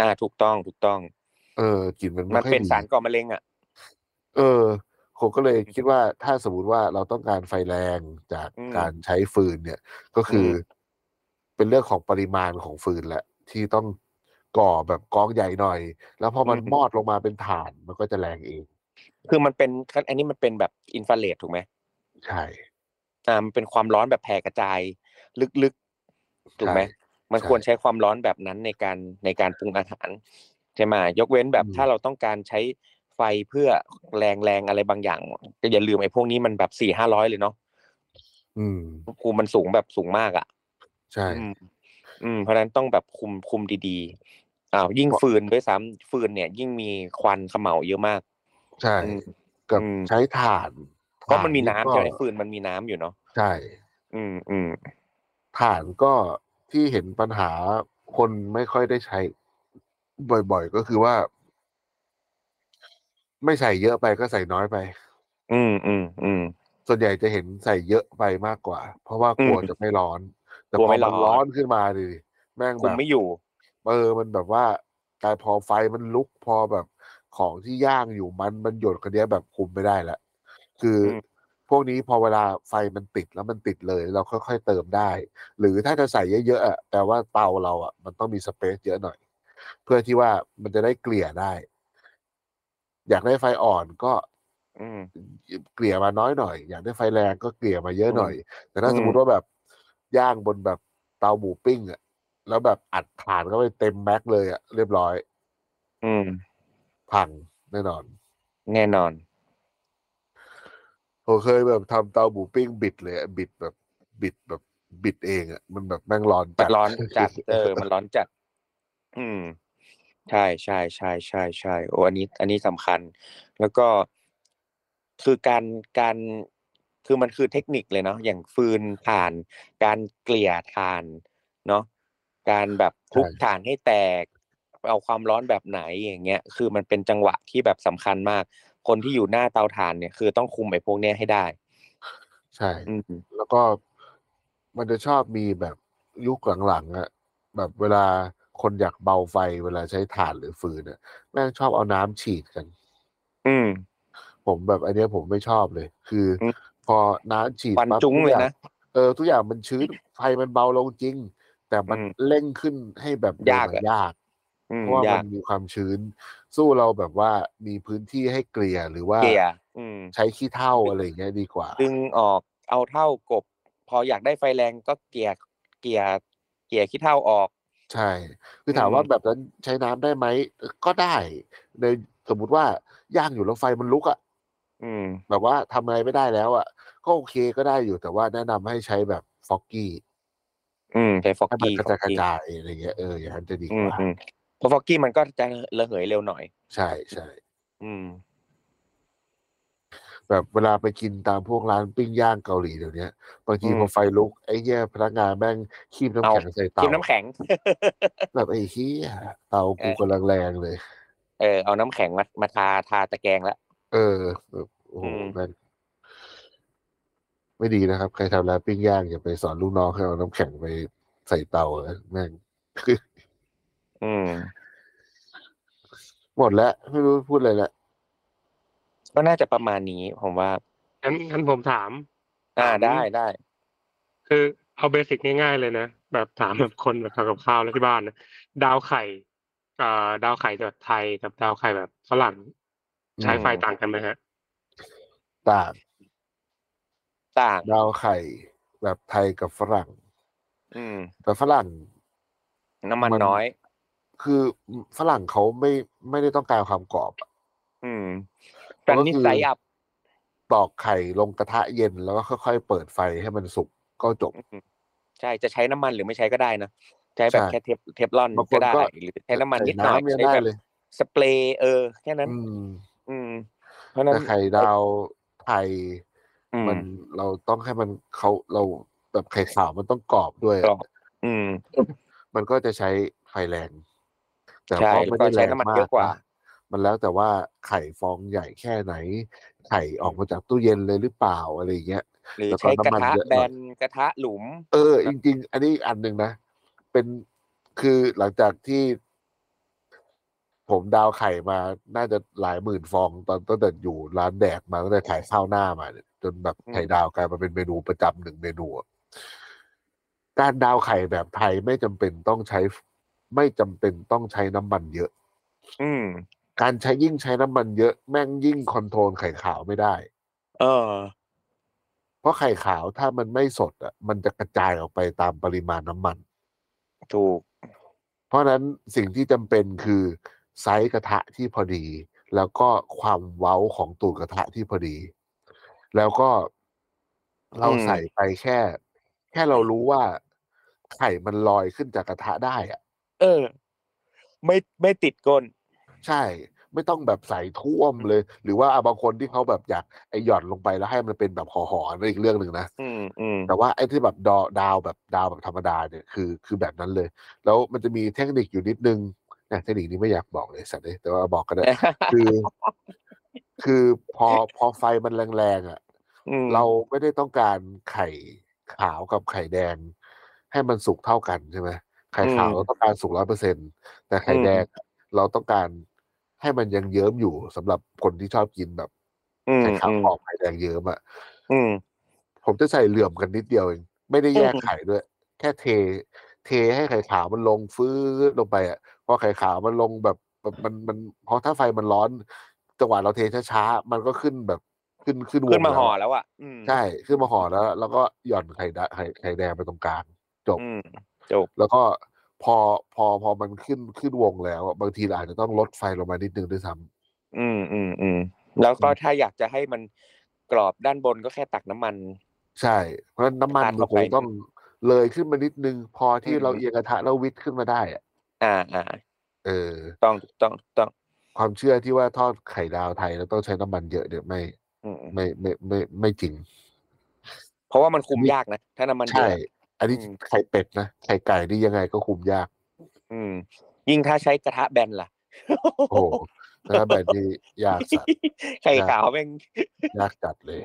[SPEAKER 5] อ่า ถูกต้องถูกต้อง
[SPEAKER 4] เออกลิ่นมัน
[SPEAKER 5] มั
[SPEAKER 4] ไม่
[SPEAKER 5] น
[SPEAKER 4] ค่อย
[SPEAKER 5] เป็น
[SPEAKER 4] ดี
[SPEAKER 5] สารก่อมะเร็งอ่ะ
[SPEAKER 4] เออผมก็เลยคิดว่าถ้าสมมติว่าเราต้องการไฟแรงจาก
[SPEAKER 5] อืม
[SPEAKER 4] การใช้ฟืนเนี่ย ก็คืออ
[SPEAKER 5] ม
[SPEAKER 4] เป็นเรื่องของปริมาณของฟืนแหละ ที่ต้องก่อแบบกองใหญ่หน่อย แล้วพอมันมอดลงมาเป็นฐานมันก็จะแรงเอง
[SPEAKER 5] คือมันเป็น อันนี้มันเป็นแบบอินฟราเรดถูกไหม
[SPEAKER 4] ใช่
[SPEAKER 5] อ่า มันเป็นความร้อนแบบแผ่กระจาย ลึกๆ ถูกไหม
[SPEAKER 4] ใช่
[SPEAKER 5] มัน
[SPEAKER 4] ใช่
[SPEAKER 5] ควรใช้ความร้อนแบบนั้นในการในการปรุงอาหารใช่ไหมยกเว้นแบบ
[SPEAKER 4] อืม
[SPEAKER 5] ถ้าเราต้องการใช้ไฟเพื่อแรงแรงอะไรบางอย่างก็อย่าลืมไอ้พวกนี้มันแบบสี่ห้าร้อยเลยเนาะ
[SPEAKER 4] อืม
[SPEAKER 5] ครูมันสูงแบบสูงมากอ่ะ
[SPEAKER 4] ใช่
[SPEAKER 5] อืมอืมเพราะฉะนั้นต้องแบบคุมคุมดีๆอ่ายิ่งฟืนด้วยซ้ำฟืนเนี่ย ยิ่งมีควันเขมเหลาเยอะมาก
[SPEAKER 4] ใช่
[SPEAKER 5] อืม
[SPEAKER 4] กับ
[SPEAKER 5] อืม
[SPEAKER 4] ใช้ถ่าน
[SPEAKER 5] เพราะมันมี
[SPEAKER 4] ถ่
[SPEAKER 5] น้ำใช่ไหม
[SPEAKER 4] ก็
[SPEAKER 5] ฟืนมันมีน้ำอยู่เนาะ
[SPEAKER 4] ใช่
[SPEAKER 5] อืมอืม
[SPEAKER 4] ถ่านก็ที่เห็นปัญหาคนไม่ค่อยได้ใช้ บ่อยๆ ก็คือว่า ไม่ใส่เยอะไปก็ใส่น้อยไป
[SPEAKER 5] อืมอืมอืม
[SPEAKER 4] ส่วนใหญ่จะเห็นใส่เยอะไปมากกว่า เพราะว่ากลัว
[SPEAKER 5] อืม
[SPEAKER 4] จะไม่ร้อน แต่
[SPEAKER 5] กลั
[SPEAKER 4] พ
[SPEAKER 5] ว
[SPEAKER 4] อ
[SPEAKER 5] ไม่ร้
[SPEAKER 4] มั
[SPEAKER 5] อน
[SPEAKER 4] นร้อนขึ้นมาดิแม่ง
[SPEAKER 5] คุ
[SPEAKER 4] แบ
[SPEAKER 5] ม
[SPEAKER 4] บ
[SPEAKER 5] ไม่อยู่
[SPEAKER 4] เออมันแบบว่าการพอไฟมันลุกพอแบบของที่ย่างอยู่มันมันหยดคนเนี้ยแบบคุมไม่ได้ละคืออ
[SPEAKER 5] ม
[SPEAKER 4] พวกนี้พอเวลาไฟมันติดแล้วมันติดเลย เราค่อยๆเติมได้ หรือถ้าจะใส่เยอะๆอะแปลว่าเตาเราอ่ะ มันต้องมีสเปซเยอะหน่อย เพื่อที่ว่ามันจะได้เกลี่ยได้ อยากได้ไฟอ่อนก็
[SPEAKER 5] อืม
[SPEAKER 4] เกลี่ยมาน้อยหน่อย อยากได้ไฟแรงก็เกลี่ยมาเยอะหน่อย แต่ถ้า
[SPEAKER 5] อืม
[SPEAKER 4] สมมติว่าแบบย่างบนแบบเตาหมูปิ้งอ่ะ แล้วแบบอัดถ่านเข้าไปเต็มแม็กเลยอ่ะเรียบร้อย
[SPEAKER 5] อืม
[SPEAKER 4] พังแน่นอน
[SPEAKER 5] แน่นอน
[SPEAKER 4] ผมเคยแบบทำเตาหมูปิ้งบิดเลยอะบิดแบบบิดแบบบิดเองอ่ะมันแบบแม่งร้อน
[SPEAKER 5] มั
[SPEAKER 4] จัด
[SPEAKER 5] นร้อนจั ด เออ มันร้อนจัด อืม ใช่ใช่ใช่ใช่ใช่โอ้อันนี้ อันนี้สำคัญ แล้วก็คือการการคือมันคือเทคนิคเลยเนาะอย่างฟืนถ่าน การเกลี่ยถ่าน เนาะการแบบทุบ
[SPEAKER 4] ใช่
[SPEAKER 5] ถ่านให้แตก เอาความร้อนแบบไหนอย่างเงี้ย คือมันเป็นจังหวะที่แบบสำคัญมาก คนที่อยู่หน้าเตาถ่านเนี่ย คือต้องคุมไอ้พวกเนี้ยให้ได้
[SPEAKER 4] ใช่
[SPEAKER 5] อืม
[SPEAKER 4] แล้วก็มันจะชอบมีแบบยุคหลังๆอ่ะแบบเวลาคนอยากเบาไฟเวลาใช้ถ่านหรือฟืนอ่ะแม่งชอบเอาน้ำฉีดกัน
[SPEAKER 5] อืม
[SPEAKER 4] ผมแบบอันเนี้ยผมไม่ชอบเลย คืออ
[SPEAKER 5] ม
[SPEAKER 4] พอน้ำฉีด
[SPEAKER 5] ควัน
[SPEAKER 4] ปั๊บ
[SPEAKER 5] จุ้ง
[SPEAKER 4] ทุก
[SPEAKER 5] เลย
[SPEAKER 4] อาง
[SPEAKER 5] นะ
[SPEAKER 4] เออทุกอย่างมันชื้นไฟมันเบาลงจริง แต่มัน
[SPEAKER 5] อืม
[SPEAKER 4] เร่งขึ้นให้แบบเดิม
[SPEAKER 5] ยาก
[SPEAKER 4] อะ
[SPEAKER 5] อะ
[SPEAKER 4] ยาก
[SPEAKER 5] อืม
[SPEAKER 4] เพราะว่า
[SPEAKER 5] อ
[SPEAKER 4] มั
[SPEAKER 5] ยาก
[SPEAKER 4] นมีความชื้น สู้เราแบบว่ามีพื้นที่ให้เกลี่ยหรือว่า
[SPEAKER 5] เกลี่ยอืม
[SPEAKER 4] ใช้ขี้เถ้าอะไรอย่างเงี้ยดีกว่า
[SPEAKER 5] ดึงออกเอาเท่ากบ พออยากได้ไฟแรงก็เกลี่ยเกลี่ย เกลี่ยขี้เถ้าออก
[SPEAKER 4] ใช่ คือถามว่า
[SPEAKER 5] อืม
[SPEAKER 4] แบบนั้นใช้น้ำได้ไหม ก็ได้ ในสมมติว่าย่างอยู่แล้วไฟมันลุกอะ
[SPEAKER 5] อืม
[SPEAKER 4] แบบว่าทำอะไรไม่ได้แล้วอะก็โอเคก็ได้อยู่แต่ว่าแนะนำให้ใช้แบบฟอกกี้
[SPEAKER 5] อืมใช้ฟอก
[SPEAKER 4] ให้มัน
[SPEAKER 5] กี้
[SPEAKER 4] กระจายกระจายอะไรเงี้ยเอออย่างนั้นจะดี
[SPEAKER 5] อื
[SPEAKER 4] ก
[SPEAKER 5] ม
[SPEAKER 4] ว่า
[SPEAKER 5] อืมเพราะฟอกกี้มันก็จะระเหยเร็วหน่อย
[SPEAKER 4] ใช่ใช่
[SPEAKER 5] อืม
[SPEAKER 4] แบบเวลาไปกินตามพวกร้านปิ้งย่างเกาหลีเดี๋ยวนี้บางที
[SPEAKER 5] อืม
[SPEAKER 4] พอไฟลุกไอ้เหี้ยพนักงานแม่งคีบน้ำ
[SPEAKER 5] เอา
[SPEAKER 4] แข็งใส่เตา
[SPEAKER 5] จิ้มน้ำแข็ง
[SPEAKER 4] แบบไอ้เหี้ยเตากู
[SPEAKER 5] เออ
[SPEAKER 4] กำลังแรงเลย
[SPEAKER 5] เออเอาน้ำแข็งมามาทาทาตะแกรงแล้ว
[SPEAKER 4] เออแบบโอ้โห
[SPEAKER 5] อืม
[SPEAKER 4] แม่งไม่ดีนะครับ ใครทำร้านปิ้งย่างอย่าไปสอนลูกน้องให้เอาน้ำแข็งไปใส่เตาอะแม่ง
[SPEAKER 5] อืม
[SPEAKER 4] หมดแล้ว ไม่รู้พูดอะไรละ
[SPEAKER 5] ก็น่าจะประมาณนี้ผมว่า
[SPEAKER 6] งั้นงั้นผมถาม
[SPEAKER 5] อ่า
[SPEAKER 6] อืม
[SPEAKER 5] ได้ได้
[SPEAKER 6] คือเอาเบสิกง่ายๆเลยนะ แบบถามแบบคนแบบทำกับข้าวแล้วที่บ้านนะดาวไข่เอ่อดาวไข่แบบไทยกับดาวไข่แบบฝรั่งใช้ไฟ
[SPEAKER 5] อืม
[SPEAKER 6] ต่างกันไหมฮะ
[SPEAKER 4] ตาก
[SPEAKER 5] ต่าง
[SPEAKER 4] ดาวไข่ แบบไทยกับฝรั่ง
[SPEAKER 5] อืม
[SPEAKER 4] แต่ฝรั่ง
[SPEAKER 5] น้ำมัน
[SPEAKER 4] มัน
[SPEAKER 5] น้อย
[SPEAKER 4] คือฝรั่งเขาไม่ไม่ได้ต้องการความกรอบอะ
[SPEAKER 5] อืม
[SPEAKER 4] แล้
[SPEAKER 5] กั
[SPEAKER 4] วน ก็
[SPEAKER 5] นิ
[SPEAKER 4] คือ
[SPEAKER 5] สัยอับ
[SPEAKER 4] ตอกไข่ลงกระทะเย็นแล้วก็ค่อยๆเปิดไฟให้มันสุกก็จบ
[SPEAKER 5] ใช่ จะใช้น้ำมันหรือไม่ใช้ก็ได้นะ ใช้แบบ
[SPEAKER 4] ใช่
[SPEAKER 5] แค่เทปเทปลอน
[SPEAKER 4] บางคน
[SPEAKER 5] ก็ได้
[SPEAKER 4] ก็
[SPEAKER 5] หรือใช้น้ำมันนิดหน่อย
[SPEAKER 4] ใส่ำยัง
[SPEAKER 5] ใช้
[SPEAKER 4] ได้
[SPEAKER 5] แบบ
[SPEAKER 4] เลย
[SPEAKER 5] สเปรย์เออแค่นั้น
[SPEAKER 4] อืม
[SPEAKER 5] อืม เพราะฉะนั้
[SPEAKER 4] แต่
[SPEAKER 5] น
[SPEAKER 4] ไข่ดาวไทย
[SPEAKER 5] อืม
[SPEAKER 4] มันเราต้องให้มันเขาเราแบบไข่ขาวมันต้องกรอบด้วย
[SPEAKER 5] กรอบ อืม
[SPEAKER 4] มันก็จะใช้ไฟแรง แต่
[SPEAKER 5] ใช่
[SPEAKER 4] ก็ไม่ได้
[SPEAKER 5] แล้วก็ใช้
[SPEAKER 4] แรง
[SPEAKER 5] น้ำมัน
[SPEAKER 4] มา
[SPEAKER 5] เยอะ
[SPEAKER 4] ก
[SPEAKER 5] กว่า
[SPEAKER 4] นะมันแล้วแต่ว่าไข่ฟองใหญ่แค่ไหน ไข่ออกมาจากตู้เย็นเลยหรือเปล่าอะไรอย่างเงี้ย
[SPEAKER 5] หรือ
[SPEAKER 4] แล้วก็
[SPEAKER 5] ใช้กระ
[SPEAKER 4] น้ำมัน
[SPEAKER 5] ทะ
[SPEAKER 4] เยอะห
[SPEAKER 5] แบ
[SPEAKER 4] น่อย
[SPEAKER 5] นกระทะหลุม
[SPEAKER 4] เออ จริง ๆ อันนี้อีกอันหนึ่งนะ เป็นคือหลังจากที่ ผมดาวไข่มาน่าจะหลายหมื่นฟอง ตอนตั้งแต่อยู่ร้านแดกมาตั้งแต่ขายข้าวหน้ามาเนี่ยจนแบบ
[SPEAKER 5] อืม
[SPEAKER 4] ไข่ดาวกลายมาเป็นเมนูประจำหนึ่งเมนูอะการดาวไข่แบบไทยไม่จำเป็นต้องใช้ ไม่จำเป็นต้องใช้น้ำมันเยอะ
[SPEAKER 5] อืม
[SPEAKER 4] การใช้ยิ่งใช้น้ำมันเยอะแม่งยิ่งคอนโทรลไข่ขาวไม่ได้
[SPEAKER 5] เออ
[SPEAKER 4] เพราะไข่ขาวถ้ามันไม่สดอ่ะมันจะกระจายออกไปตามปริมาณน้ำมัน
[SPEAKER 5] ถูก
[SPEAKER 4] เพราะฉะนั้นสิ่งที่จำเป็นคือไซส์กระทะที่พอดี แล้วก็ความเว้าของตูดกระทะที่พอดี แล้วก็เรา
[SPEAKER 5] อืม
[SPEAKER 4] ใส่ไปแค่ แค่เรารู้ว่าไข่มันลอยขึ้นจากกระทะได้อะ
[SPEAKER 5] เออ ไม่ไม่ติดก้น
[SPEAKER 4] ใช่ ไม่ต้องแบบใส่ท่วมเลย หรือว่าอ่ะบางคนที่เขาแบบอยากไอหย่อนลงไปแล้วให้มันเป็นแบบห่อๆนั่นอีกเรื่องหนึ่งนะ
[SPEAKER 5] อืมอืม
[SPEAKER 4] แต่ว่าไอ้ที่แบบดอดาวแบบดาวแบบธรรมดาเนี่ยคือคือแบบนั้นเลย แล้วมันจะมีเทคนิคอยู่นิดนึงเนี่ยเทคนิคนี้ไม่อยากบอกเลยสัตว์เลยแต่ว่าบอกก็ได้ คือ คือพอพอไฟมันแรงๆอ่ะ
[SPEAKER 5] อืม
[SPEAKER 4] เราไม่ได้ต้องการไข่ขาวกับไข่แดง ให้มันสุกเท่ากันใช่ไหมไข่ขาวเราต้องการสุกร้อยเปอร์เซ็นแต่ไข่แดงอะเราต้องการให้มันยังเยิ้มอยู่สำหรับคนที่ชอบกินแบบ
[SPEAKER 5] อืม
[SPEAKER 4] ไข่ขาว
[SPEAKER 5] อืม
[SPEAKER 4] กรอบไข่แดงเยิ้มอ่ะ
[SPEAKER 5] อืม
[SPEAKER 4] ผมจะใส่เหลื่อมกันนิดเดียวเองไม่ได้แยก
[SPEAKER 5] อืม
[SPEAKER 4] ไข่ด้วย แค่เท เทให้ไข่ขาวมันลงฟื้นลงไปอ่ะพอไข่ขาวมันลงแบบแบบมันมันพอถ้าไฟมันร้อน จังหวะเราเทช้าๆมันก็ขึ้นแบบขึ้นขึ้นวง
[SPEAKER 5] ขึ้นมาห่อ
[SPEAKER 4] แล้
[SPEAKER 5] แล้ว วอ่ะ อืม
[SPEAKER 4] ใช่ ขึ้นมาห่อแล้ว แล้วก็หย่อนไข่ดะไข่ไข่แดงไปตรงกลางจบ
[SPEAKER 5] อืม
[SPEAKER 4] แล้วก็พอพอพอมันขึ้นขึ้นวงแล้วอะบางทีเราอาจจะต้องลดไฟลงมานิดนึงด้วยซ้ำ
[SPEAKER 5] อืมอืมอืมแล้วก็
[SPEAKER 4] อืม
[SPEAKER 5] ถ้าอยากจะให้มันกรอบด้านบนก็แค่ตักน้ำมัน
[SPEAKER 4] ใช่ เพราะฉะนั้นน้ำมัน
[SPEAKER 5] ทาน
[SPEAKER 4] มันค
[SPEAKER 5] เข้าไป
[SPEAKER 4] งต้องเลยขึ้นมานิดนึง พอที่
[SPEAKER 5] อืม
[SPEAKER 4] เราเอียงกระทะแล้ววิดขึ้นมาได้อะ
[SPEAKER 5] อ่าอ่า
[SPEAKER 4] เออ
[SPEAKER 5] ต้องต้องต้อง
[SPEAKER 4] ความเชื่อที่ว่าทอดไข่ดาวไทยแล้วต้องใช้น้ำมันเยอะเนี่ยไม่
[SPEAKER 5] อืม
[SPEAKER 4] ไม่ไม่ไมไม่ไม่จริง
[SPEAKER 5] เพราะว่ามันคุม
[SPEAKER 4] อันนี้
[SPEAKER 5] ยากนะ ถ้าน้ำมันเย
[SPEAKER 4] ใช่
[SPEAKER 5] อะ
[SPEAKER 4] อันนี้
[SPEAKER 5] อืม
[SPEAKER 4] ไข่เป็ดนะไข่ไก่นี่ยังไงก็คุมยาก
[SPEAKER 5] อืม ยิ่งถ้าใช้กระทะแบนล่ะ
[SPEAKER 4] โอ้ โหนะแบบนี้ยากสัตว์
[SPEAKER 5] ไข่
[SPEAKER 4] ยาก
[SPEAKER 5] ขาวแม่ง
[SPEAKER 4] ยากจัดเลย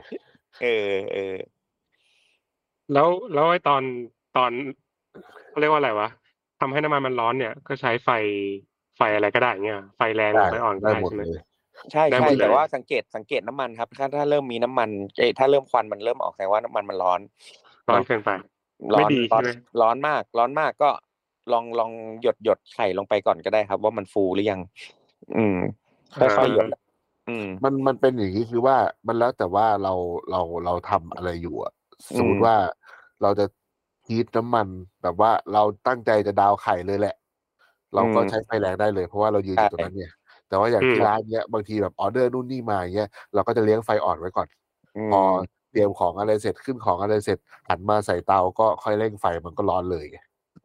[SPEAKER 5] เออเออ
[SPEAKER 6] แล้วแล้วไอ้ตอนตอนเขาเรียกว่าอะไรวะทำให้น้ำมันมันร้อนเนี่ย ก็ใช้ไฟไฟอะไรก็ได้เงี้ยไฟแรง
[SPEAKER 4] ได้
[SPEAKER 6] ไฟอ่อนก็
[SPEAKER 4] ได้
[SPEAKER 6] ได้
[SPEAKER 4] หมด
[SPEAKER 6] ใช่ไหม
[SPEAKER 4] เลย
[SPEAKER 5] ใช่
[SPEAKER 6] ได้หม
[SPEAKER 5] ใช่
[SPEAKER 6] ดเลย
[SPEAKER 5] แต่ว่าสังเกตสังเกตน้ำมันครับ ถ้าถ้าเริ่มมีน้ำมันเอยถ้าเริ่มควันมันเริ่มออกแสดงว่าน้ำมันมันร้อน
[SPEAKER 6] ร้อนเกินไป
[SPEAKER 5] ร้
[SPEAKER 6] ไม่
[SPEAKER 5] อน
[SPEAKER 6] ดี
[SPEAKER 5] ร้อ
[SPEAKER 6] ใช่
[SPEAKER 5] น
[SPEAKER 6] ไหม
[SPEAKER 5] ร้อนมาก ร้อนมากก็ลองลองหยดหยดไข่ลงไปก่อนก็ได้ครับ ว่ามันฟูหรือยัง อืมค่อยๆหยดอืม
[SPEAKER 4] มันมันเป็นอย่างนี้คือว่ามันแล้วแต่ว่าเราเราเราทำอะไรอยู่อะสมม
[SPEAKER 5] อื
[SPEAKER 4] ติ
[SPEAKER 5] ม
[SPEAKER 4] ว่าเราจะ ฮีทน้ำมันแบบว่าเราตั้งใจจะดาวไข่เลยแหละ เราก็ใช้ไฟแรงได้เลย เพราะว่าเรายืนอยู่ตรงนั้นเนี่ย แต่ว่าอย่างที่
[SPEAKER 6] อืม
[SPEAKER 4] ร้านเนี้ยบางทีแบบออเดอร์นู่นนี่มาอย่างเงี้ยเราก็จะเลี้ยงไฟอ่อนไว้ก่อน
[SPEAKER 5] ม
[SPEAKER 4] พอเตรียมของอะไรเสร็จขึ้นของอะไรเสร็จหันมาใส่เตาก็ค่อยเร่งไฟมันก็ร้อนเลยไง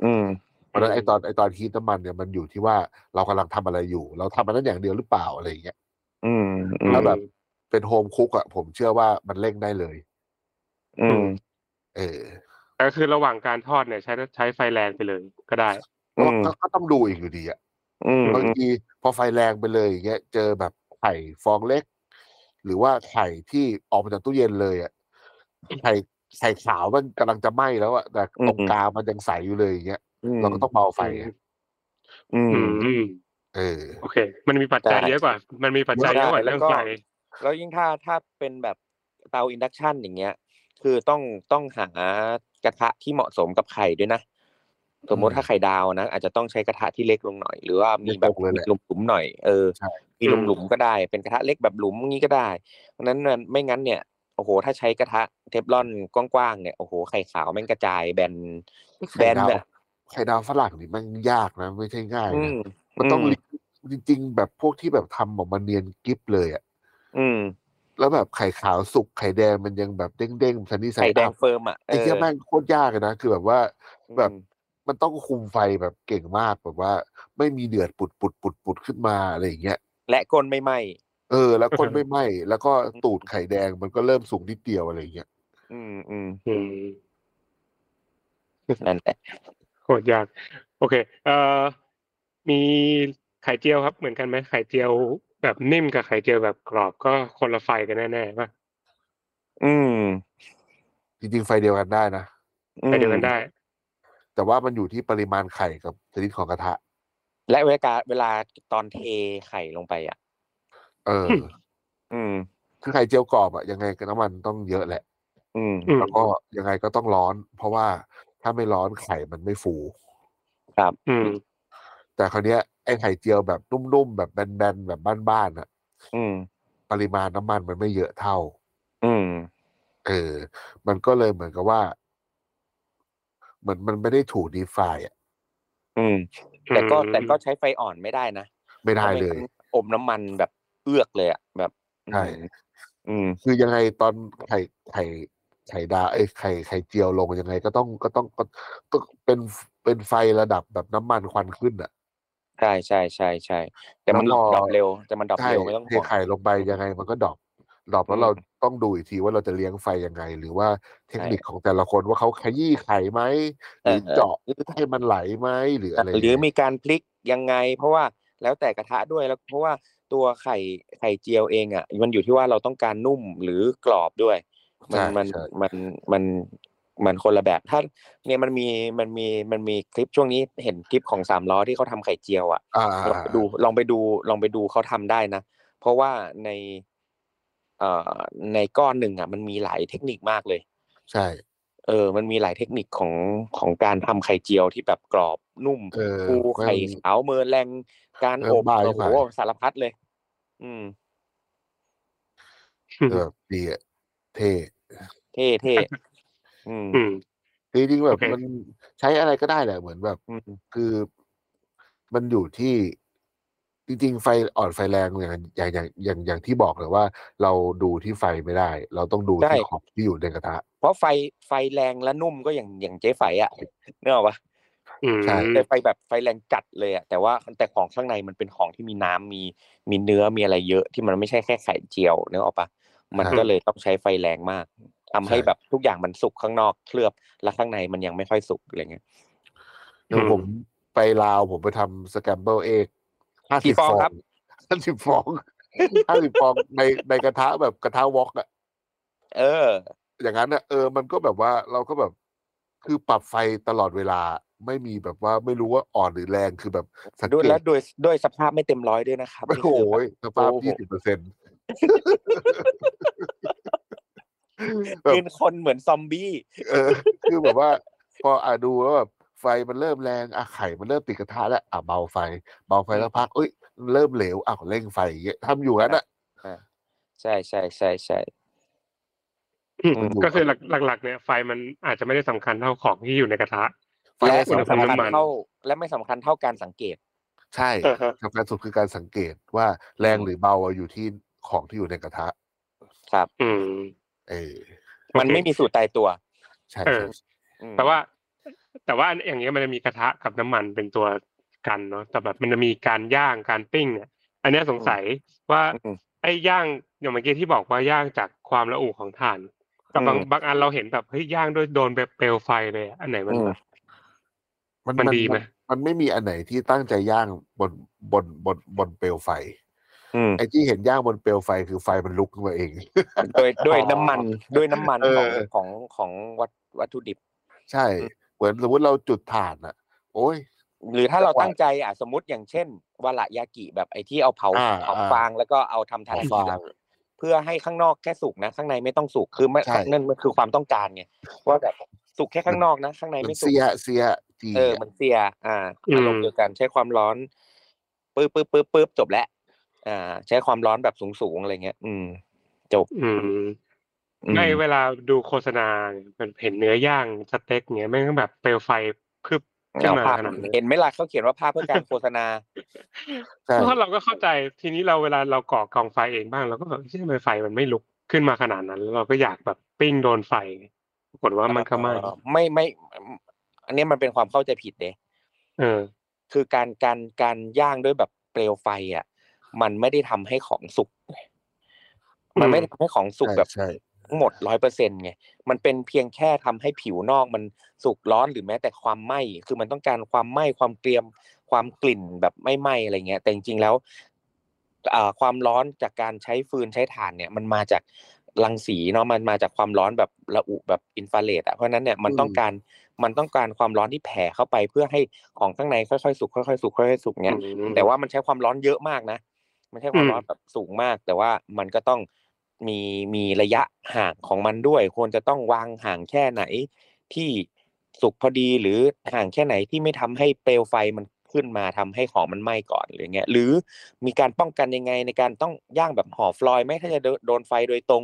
[SPEAKER 5] อืม
[SPEAKER 4] เพราะฉะนั้นไอตอนไอตอนฮีทน้ำมันเนี่ยมันอยู่ที่ว่าเรากำลังทำอะไรอยู่ เราทำมันนั้นอย่างเดียวหรือเปล่าอะไรอย่างเงี้ย
[SPEAKER 5] อืมอืม
[SPEAKER 4] แล้วแบบ เป็นโฮมคุกอ่ะผมเชื่อว่ามันเร่งได้เลย
[SPEAKER 5] อืม
[SPEAKER 4] เออ
[SPEAKER 6] แต่คือระหว่างการทอดเนี่ยใช้ใช้ไฟแรงไปเลยก็ได้
[SPEAKER 4] แต่ว่าก็ก็ต้องดูอีกอยู่ดีอ่ะ
[SPEAKER 5] อืม
[SPEAKER 4] บางทีพอไฟแรงไปเลยอย่างเงี้ยเจอแบบไข่ฟองเล็ก หรือว่าไข่ที่ออกมาจากตู้เย็นเลยอ่ะไข่ไข่ขาวมันกำลังจะไหม้แล้วอ่ะแต่ตรงกลางมันยังใสอยู่เลยอย่างเงี้ย
[SPEAKER 5] อืม
[SPEAKER 4] เราก็ต้องเบาไฟอะ
[SPEAKER 5] อืม
[SPEAKER 6] อืมอืม
[SPEAKER 4] เออ
[SPEAKER 6] โอเค มันมีปัจจัย
[SPEAKER 5] ได้
[SPEAKER 6] เยอะกว่า มันมีปัจจัยเยอะกว่า
[SPEAKER 5] ได้แล้
[SPEAKER 6] เรื่
[SPEAKER 5] ว
[SPEAKER 6] อง
[SPEAKER 5] ก็
[SPEAKER 6] ไฟ
[SPEAKER 5] แล้วยิ่งถ้าถ้าเป็นแบบเตาอินดักชันอย่างเงี้ย คือต้องต้องหากระทะที่เหมาะสมกับไข่ด้วยนะ สมมติ
[SPEAKER 4] อืม
[SPEAKER 5] ถ้าไข่ดาวนะ อาจจะต้องใช้กระทะที่เล็กลงหน่อย หรือว่ามีแบบ
[SPEAKER 4] เล็กลงเลยแห
[SPEAKER 5] มี
[SPEAKER 4] ละ
[SPEAKER 5] หลุมหลุมๆหน่อยเออ
[SPEAKER 4] ใช่
[SPEAKER 5] มีหลุมหลุมๆก็ได้ เป็นกระทะเล็กแบบหลุมงี้ก็ได้เพราะฉะนั้นมันไม่งั้นเนี่ยโอ้โห ถ้าใช้กระทะเทฟลอนกว้างๆเนี่ยโอ้โหไข่ขาวแม่งกระจายแบนแบ
[SPEAKER 4] ไข่
[SPEAKER 5] น
[SPEAKER 4] ดาว
[SPEAKER 5] แบบ
[SPEAKER 4] ไข่ดาวฝรั่งนี่มันยากนะ ไม่ใช่ง่าย
[SPEAKER 5] อื
[SPEAKER 4] นะ
[SPEAKER 5] ม
[SPEAKER 4] มันต้องลิจริง ๆ แบบพวกที่แบบทำออกมาเนียนกิฟเลยอะ
[SPEAKER 5] อืม
[SPEAKER 4] แล้วแบบไข่ขาวสุกไข่แดงมันยังแบบเด้งๆสันนิษฐาน
[SPEAKER 5] ไข่แดงเฟิร์มอ่ะ
[SPEAKER 4] ไอ้เหี้ยแม่งโคตรยากเลยนะ คือแบบว่าแบบ
[SPEAKER 5] อืม
[SPEAKER 4] มันต้องคุมไฟแบบเก่งมากแบบว่า ไม่มีเดือดปุดปุดปุดปุดขึ้นมาอะไรอย่างเงี้ย
[SPEAKER 5] และก้นไม่ไหม
[SPEAKER 4] เออ แล้วคนไม่ไหม้แล้วก็ตูดไข่แดงมันก็เริ่มสุกนิดเดียวอะไรอย่างเงี้ย
[SPEAKER 5] อืมอืม
[SPEAKER 6] อืม
[SPEAKER 5] นั่นแหละ
[SPEAKER 6] โคตรยาก โอเค เอ่อ มีไข่เจียวครับ เหมือนกันไหมไข่เจียวแบบนิ่มกับไข่เจียวแบบกรอบก็คนละไฟกันแน่ๆป่ะ
[SPEAKER 5] อืม
[SPEAKER 4] จริงๆไฟเดียวกันได้นะ
[SPEAKER 5] อืม
[SPEAKER 6] ไปเดียวกันได้
[SPEAKER 4] แต่ว่ามันอยู่ที่ปริมาณไข่กับชนิดของกระทะ
[SPEAKER 5] และเวลาเวลาตอนเทไข่ลงไปอ่ะ
[SPEAKER 4] เออ
[SPEAKER 5] อืม
[SPEAKER 4] คือไข่เจียวกรอบอะยังไงก็น้ำมันต้องเยอะแหละ
[SPEAKER 5] อืม
[SPEAKER 6] อืม
[SPEAKER 4] แล้วก็ยังไงก็ต้องร้อน เพราะว่าถ้าไม่ร้อนไข่มันไม่ฟู
[SPEAKER 6] อืม
[SPEAKER 4] แต่คราวเนี้ยไอ้ไข่เจียวแบบนุ่มๆแบบแบนๆแบบบ้านๆอะ
[SPEAKER 5] อืม
[SPEAKER 4] ปริมาณน้ำมันมันไม่เยอะเท่า
[SPEAKER 5] อืม
[SPEAKER 4] เออ มันก็เลยเหมือนกับว่าเหมือนมันไม่ได้ถูกดีฟายอะ
[SPEAKER 5] อืมแต่ก็แต่ก็ใช้ไฟอ่อนไม่ได้นะ
[SPEAKER 4] ไม่ได้เลย
[SPEAKER 5] พราะไม่งั้นอมน้ำมันแบบเอือกเลยอ่ะแบบ
[SPEAKER 4] ใช่
[SPEAKER 5] อืม
[SPEAKER 4] คือยังไงตอนไข่ไข่ไข่ดาไอ้ยไข่ไข่เจียวลงยังไงก็ต้องก็ต้องก็ต้องเป็นเป็นไฟระดับแบบน้ำมันควันขึ้นอะ
[SPEAKER 5] ใช่ใช่ใช่ใช่แต่มัน
[SPEAKER 4] แล้วพอ
[SPEAKER 5] ดรอปเร็วแต่มันดรอป
[SPEAKER 4] ใช่
[SPEAKER 5] เร็วไม่ต้อง
[SPEAKER 4] เท
[SPEAKER 5] ห่วง
[SPEAKER 4] ไข่ลงไปยังไงมันก็ดรอปดรอปแล้
[SPEAKER 5] อื
[SPEAKER 4] ว
[SPEAKER 5] ม
[SPEAKER 4] เราต้องดูอีกทีว่าเราจะเลี้ยงไฟยังไง หรือว่าเทคนิค
[SPEAKER 5] ใช่
[SPEAKER 4] ของแต่ละคนว่าเขาขยี้ไข่ไหมหรือ
[SPEAKER 5] เออเออ
[SPEAKER 4] เจาะให้มันไหลไหมหรืออะไร
[SPEAKER 5] หรือ
[SPEAKER 4] เงี้ย
[SPEAKER 5] มีการพลิกยังไง เพราะว่าแล้วแต่กระทะด้วยแล้วเพราะว่าตัวไข่ไข่เจียวเองอ่ะ มันอยู่ที่ว่าเราต้องการนุ่มหรือกรอบด้วย มั
[SPEAKER 4] ใช่
[SPEAKER 5] มัน
[SPEAKER 4] ใช่
[SPEAKER 5] มันมันมันคนละแบบถ้าเนี่ยมันมีมันมีมันมีคลิปช่วงนี้เห็นคลิปของสามล้อที่เขาทำไข่เจียวอ่ะ
[SPEAKER 4] อ่า
[SPEAKER 5] ลองไปดูลองไปดูลองไปดูเขาทำได้นะ เพราะว่าในเอ่อในก้อนหนึ่งอ่ะ มันมีหลายเทคนิคมากเลย
[SPEAKER 4] ใช่
[SPEAKER 5] เออ มันมีหลายเทคนิคของของการทำไข่เจียวที่แบบกรอบนุ่ม
[SPEAKER 4] เออ
[SPEAKER 5] ฟูไข่
[SPEAKER 4] แม่ง
[SPEAKER 5] ขาวเมอแรงการ
[SPEAKER 4] เออ
[SPEAKER 5] อบ
[SPEAKER 4] บ้า
[SPEAKER 5] โอ้
[SPEAKER 4] ชิบ
[SPEAKER 5] โห
[SPEAKER 4] หาย
[SPEAKER 5] สารพัดเลย อืม
[SPEAKER 6] อืม
[SPEAKER 4] แบบดีอะเท่
[SPEAKER 5] เท่ เท่อืม
[SPEAKER 6] อืม
[SPEAKER 4] จริงๆแบบ
[SPEAKER 6] โอเค
[SPEAKER 4] มันใช้อะไรก็ได้แหละเหมือนแบบ
[SPEAKER 5] อืม
[SPEAKER 4] คือมันอยู่ที่จริงๆ ไฟอ่อนไฟแรงอย่างอย่างอย่างอย่างอย่างที่บอกเลยว่า เราดูที่ไฟไม่ได้ เราต้องดูที่
[SPEAKER 5] ใช่
[SPEAKER 4] ของที่อยู่ในกระทะ
[SPEAKER 5] เพราะไฟไฟแรงและนุ่มก็อย่างอย่างเจ๊ไฟอ่ะเนกอะปะ
[SPEAKER 6] อืม
[SPEAKER 4] ใช่
[SPEAKER 5] ไฟไฟแบบไฟแรงจัดเลยอ่ะแต่ว่าแต่ของข้างในมันเป็นของที่มีน้ำมีมีเนื้อมีอะไรเยอะที่มันไม่ใช่แค่ไข่เจียวเนกอะปะมันก็เลยต้องใช้ไฟแรงมากทำให้
[SPEAKER 4] ใช่
[SPEAKER 5] แบบทุกอย่างมันสุกข้างนอกเคลือบแล้วข้างในมันยังไม่ค่อยสุกอะไรเงี้ย
[SPEAKER 4] คือผมไปลาวผมไปทำสแกมเบิลเอกห้า
[SPEAKER 5] กี่
[SPEAKER 4] สิบ
[SPEAKER 5] ฟ
[SPEAKER 4] ฟ
[SPEAKER 5] อ
[SPEAKER 4] อง ง
[SPEAKER 5] ครับ
[SPEAKER 4] ห้าสิบฟองห้าสิบฟองในในกระทะแบบกระทะวอกอะ
[SPEAKER 5] เออ
[SPEAKER 4] อย่างนั้นอะเออมันก็แบบว่าเราก็แบบ คือปรับไฟตลอดเวลาไม่มีแบบว่าไม่รู้ว่าอ่อนหรือแรงคือแบบสัง
[SPEAKER 5] ด้วย
[SPEAKER 4] เก
[SPEAKER 5] แล้ว
[SPEAKER 4] ต
[SPEAKER 5] ด้วยด้วยสภาพไม่เต็มร้อยด้วยนะครับ
[SPEAKER 4] โอ้
[SPEAKER 5] นี่
[SPEAKER 4] โห
[SPEAKER 5] คือ
[SPEAKER 4] ส
[SPEAKER 5] แบบ
[SPEAKER 4] ภาพ
[SPEAKER 5] โอ้โห
[SPEAKER 4] ยี่สิบเปอร์เซ็นต์แบบ
[SPEAKER 5] ยืนคนเหมือนซอมบี้
[SPEAKER 4] เออ คือแบบว่า พออ่ะดูแล้วแบบไฟมันเริ่มแรงอ่ะไข่มันเริ่มติดกระทะแล้วอ่ะเบาไฟ เบาไฟแล้วพักเอ้ยเริ่มเหลวอ้าวเร่งไฟอย่างเงี้ยทำอยู่งั้นอ่ะ
[SPEAKER 5] ใช่ใช่ใช่ใช่
[SPEAKER 6] ก็คือหลักหลักๆเนี่ยไฟมันอาจจะไม่ได้สำคัญเท่าของที่อยู่ในกระทะ
[SPEAKER 5] และ
[SPEAKER 6] อุณห
[SPEAKER 5] ไม่
[SPEAKER 6] ภู
[SPEAKER 5] สำ
[SPEAKER 6] มิ
[SPEAKER 5] คัญ
[SPEAKER 6] น้ำมัน
[SPEAKER 5] เท่าและไม่สำคัญเท่าการสังเกต
[SPEAKER 4] ใช่ สำคัญสุดคือการสังเกตว่าแรงหรือเบาอะอยู่ที่ของที่อยู่ในกระทะ
[SPEAKER 5] ครับ
[SPEAKER 6] อืม
[SPEAKER 4] เออ
[SPEAKER 5] มันไม่มี
[SPEAKER 6] โอเค
[SPEAKER 5] สูตรตายตัว
[SPEAKER 4] ใช่
[SPEAKER 6] เออ
[SPEAKER 4] ใช่
[SPEAKER 5] อืม
[SPEAKER 6] แต่ว่า แต่ว่าอันอย่างเงี้ยมันจะมีกระทะกับน้ำมันเป็นตัวกันเนาะแต่แบบมันจะมีการย่างการปิ้งเนี่ย อันเนี้ยสงสัยว่า
[SPEAKER 5] อืม
[SPEAKER 6] ไอ้ย่างอย่างเมื่อกี้ที่บอกว่าย่างจากความระอุของถ่านกับบาง
[SPEAKER 5] อืม
[SPEAKER 6] บางอันเราเห็นแบบเฮ้ยย่างด้วยโดนแบบเปลวไฟเลยอะอันไหนมัน
[SPEAKER 5] อืม
[SPEAKER 6] แบบ มันดีไหม
[SPEAKER 4] มันไม่มีอันไหนที่ตั้งใจย่างบนบนบนบนเปลวไฟ
[SPEAKER 5] อืม
[SPEAKER 4] ไอ้ที่เห็นย่างบนเปลวไฟคือไฟมันลุกขึ้นมาเอง
[SPEAKER 5] โดยโดยน้ำมันโดยน้ำมัน
[SPEAKER 4] เอ
[SPEAKER 5] ของ
[SPEAKER 4] อ
[SPEAKER 5] ของของวัตวัตถุดิบ
[SPEAKER 4] ใช่ เหมือนสมมติเราจุดถ่านอะโอ้ย
[SPEAKER 5] หรือถ้าเราตั้งใจอ่ะสมมติอย่างเช่นวาระยากิแบบไอ้ที่เอาเผา
[SPEAKER 4] อ่า
[SPEAKER 5] เผา
[SPEAKER 4] อ่า
[SPEAKER 5] ฟางแล้วก็เอาทำทา
[SPEAKER 4] หอม
[SPEAKER 5] น
[SPEAKER 4] ฟาง
[SPEAKER 5] เพื่อให้ข้างนอกแค่สุกนะ ข้างในไม่ต้องสุกคือไม่
[SPEAKER 4] ใช่
[SPEAKER 5] นั่นมันคือความต้องการไงว่าแบบสุกแค่ข้างนอกนะ ข้างใน
[SPEAKER 4] เหมือน
[SPEAKER 5] ไม่สุก
[SPEAKER 4] เสียเสียจี
[SPEAKER 5] เออมันเสีย อ่า
[SPEAKER 6] อืม
[SPEAKER 5] อารมณ์เดียวกันใช้ความร้อนปึ๊บปึ๊บปึ๊บปึ๊บจบแล้วอ่า ใช้ความร้อนแบบสูงสูงๆอะไรเงี้ยอืม จบ
[SPEAKER 6] อืม
[SPEAKER 5] อืม
[SPEAKER 6] ในเวลาดูโฆษณาเนี่ยเห็นเนื้อย่างสเต็กเงี้ยแม่งแบบเปลวไฟพึบขึ้น
[SPEAKER 5] เอา
[SPEAKER 6] มา
[SPEAKER 5] ภาพ
[SPEAKER 6] ขนาดนี้
[SPEAKER 5] เห็นไหมล่ะเขาเขียนว่าภาพเพื่อการโฆษณา
[SPEAKER 4] ใช่
[SPEAKER 6] เพราะเราก็เข้าใจทีนี้เราเวลาเราก่อกองไฟเองบ้างเราก็แบบใช่ทำไมไฟมันไม่ลุกขึ้นมาขนาดนั้นแล้วเราก็อยากแบบปิ้งโดนไฟปรากฏว่า มันก็ไหม่
[SPEAKER 5] เอ่อไม่ไม่ อันเนี้ยมันเป็นความเข้าใจผิดเด้
[SPEAKER 6] เออ
[SPEAKER 5] คือการการการย่างด้วยแบบเปลวไฟอ่ะ มันไม่ได้ทำให้ของสุกไงมันไม่ได้ทำให้ของสุกแบบ
[SPEAKER 4] ใช่
[SPEAKER 5] หมดร้อยเปอร์เซ็นไง มันเป็นเพียงแค่ทำให้ผิวนอกมันสุกร้อนหรือแม้แต่ความไหม้ คือมันต้องการความไหม้ความเกรียมความกลิ่นแบบไม่ไหม้อะไรเงี้ย แต่จริงๆแล้วอ่าความร้อนจากการใช้ฟืนใช้ถ่านเนี่ย มันมาจากรังสีเนาะ มันมาจากความร้อนแบบระอุแบบอินฟราเรดอ่ะ เพราะฉะนั้นเนี่ยมันต้องการ มันต้องการความร้อนที่แผ่เข้าไปเพื่อให้ของข้างในค่อยๆสุกค่อยๆสุกค่อยๆสุกเนี่ย แต่ว่ามันใช้ความร้อนเยอะมากนะ มันใช้ความ
[SPEAKER 6] อืม
[SPEAKER 5] ร้อนแบบสูงมาก แต่ว่ามันก็ต้องมีมีระยะห่างของมันด้วย ควรจะต้องวางห่างแค่ไหน ที่สุกพอดีหรือห่างแค่ไหนที่ไม่ทำให้เปลวไฟมันขึ้นมาทำให้ของมันไหม้ก่อนหรือเงี้ย หรือมีการป้องกันยังไงในการต้องย่างแบบห่อฟลอยล์ไหมถ้าจะโดนโดนไฟโดยตรง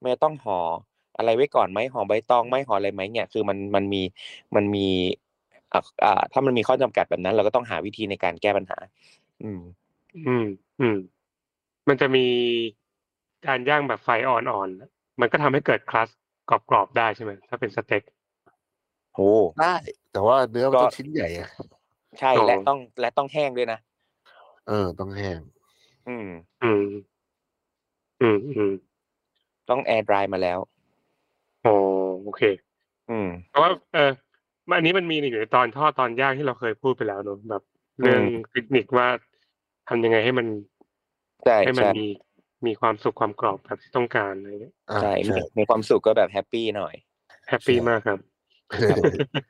[SPEAKER 5] ไม่ต้องห่ออะไรไว้ก่อนไหมห่อใบตองไหมห่ออะไรไหมเนี่ยคือมันมันมีมันมีอ่ะอ่ะถ้ามันมีข้อจำกัดแบบนั้น เราก็ต้องหาวิธีในการแก้ปัญหา อืม
[SPEAKER 6] อืม อืม มันจะมีการย่างแบบไฟอ่อนๆมันก็ทำให้เกิดคลัสกรอบๆได้ใช่ไหมถ้าเป็นสเต็ก
[SPEAKER 5] โอ้
[SPEAKER 4] ได้แต่ว่าเนื้อมัน
[SPEAKER 5] ก็
[SPEAKER 4] ต้องชิ้นใหญ่อะ
[SPEAKER 5] ใช่
[SPEAKER 6] อ๋อ
[SPEAKER 5] และต้องและต้องแห้งด้วยนะ
[SPEAKER 4] เออ ต้องแห้ง
[SPEAKER 5] อืม
[SPEAKER 6] อืม อืมอืม
[SPEAKER 5] ต้องแอร์ดรายมาแล้ว
[SPEAKER 6] โอ้โอเค
[SPEAKER 5] อืม
[SPEAKER 6] เพราะว่าเออมันอันนี้มันมีอยู่ในตอนทอดตอนย่างที่เราเคยพูดไปแล้วเนอะแบบ เรื่องเทคนิคว่าทำยังไงให้มัน
[SPEAKER 5] ใช่
[SPEAKER 6] ให้มัน
[SPEAKER 5] ใช่
[SPEAKER 6] มีมีความสุขความกรอบแบบที่ต้องการอะไรเงี้ย
[SPEAKER 4] อ่ะ
[SPEAKER 5] ใช่มีมีความสุขก็แบบแฮปปี้หน่อย
[SPEAKER 6] แฮปปี้มากครับ
[SPEAKER 4] ใช่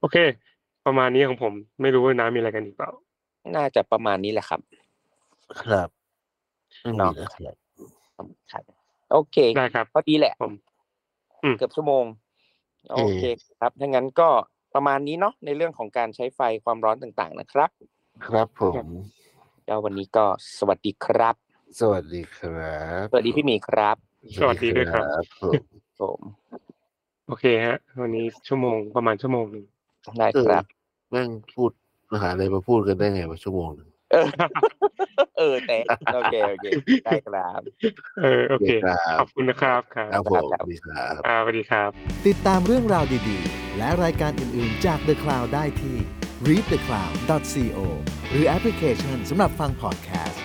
[SPEAKER 6] โอเค ประมาณนี้ของผม ไม่รู้ว่าน้ามีอะไรกันอีกเปล่า
[SPEAKER 5] น่าจะประมาณนี้แหละครับ
[SPEAKER 4] ครับไม่มี
[SPEAKER 5] เนาะ
[SPEAKER 4] นะครับ
[SPEAKER 5] ครับโอเค
[SPEAKER 6] ได้ครับ
[SPEAKER 5] พอดีแหละ
[SPEAKER 6] ผมอืม
[SPEAKER 5] เกือบชั่วโมง โอเคครับถ้างั้นก็ประมาณนี้เนาะในเรื่องของการใช้ไฟความร้อนต่างๆนะครับ
[SPEAKER 4] ครับผม
[SPEAKER 5] แล้ววันนี้ก็สวัสดีครับ
[SPEAKER 4] สวัสดีครับ
[SPEAKER 5] สวัสดีพี่หมีครับ
[SPEAKER 6] สวัสดีด้วยครับ
[SPEAKER 4] ผม
[SPEAKER 5] ผม
[SPEAKER 6] โอเคฮะ วันนี้ชั่วโมงประมาณชั่วโมงหนึ่ง
[SPEAKER 5] ได้ครับ
[SPEAKER 4] แม่งพูดหาอะไรมาพูดกันได้ไงวะชั่วโมงหนึ่ง
[SPEAKER 5] เออ เออแต่โอเคโอเคได้ครับ
[SPEAKER 6] เออโอเค
[SPEAKER 4] ครับ
[SPEAKER 6] ขอบคุณนะครับครับ
[SPEAKER 4] ครับผม
[SPEAKER 5] ครับ
[SPEAKER 4] ดีครับ
[SPEAKER 6] อ่าสวัสดีครับ
[SPEAKER 1] ติดตามเรื่องราวดีๆ และรายการอื่น ๆ จาก The Cloud ได้ที่ readthecloud.co หรือแอปพลิเคชันสำหรับฟัง podcast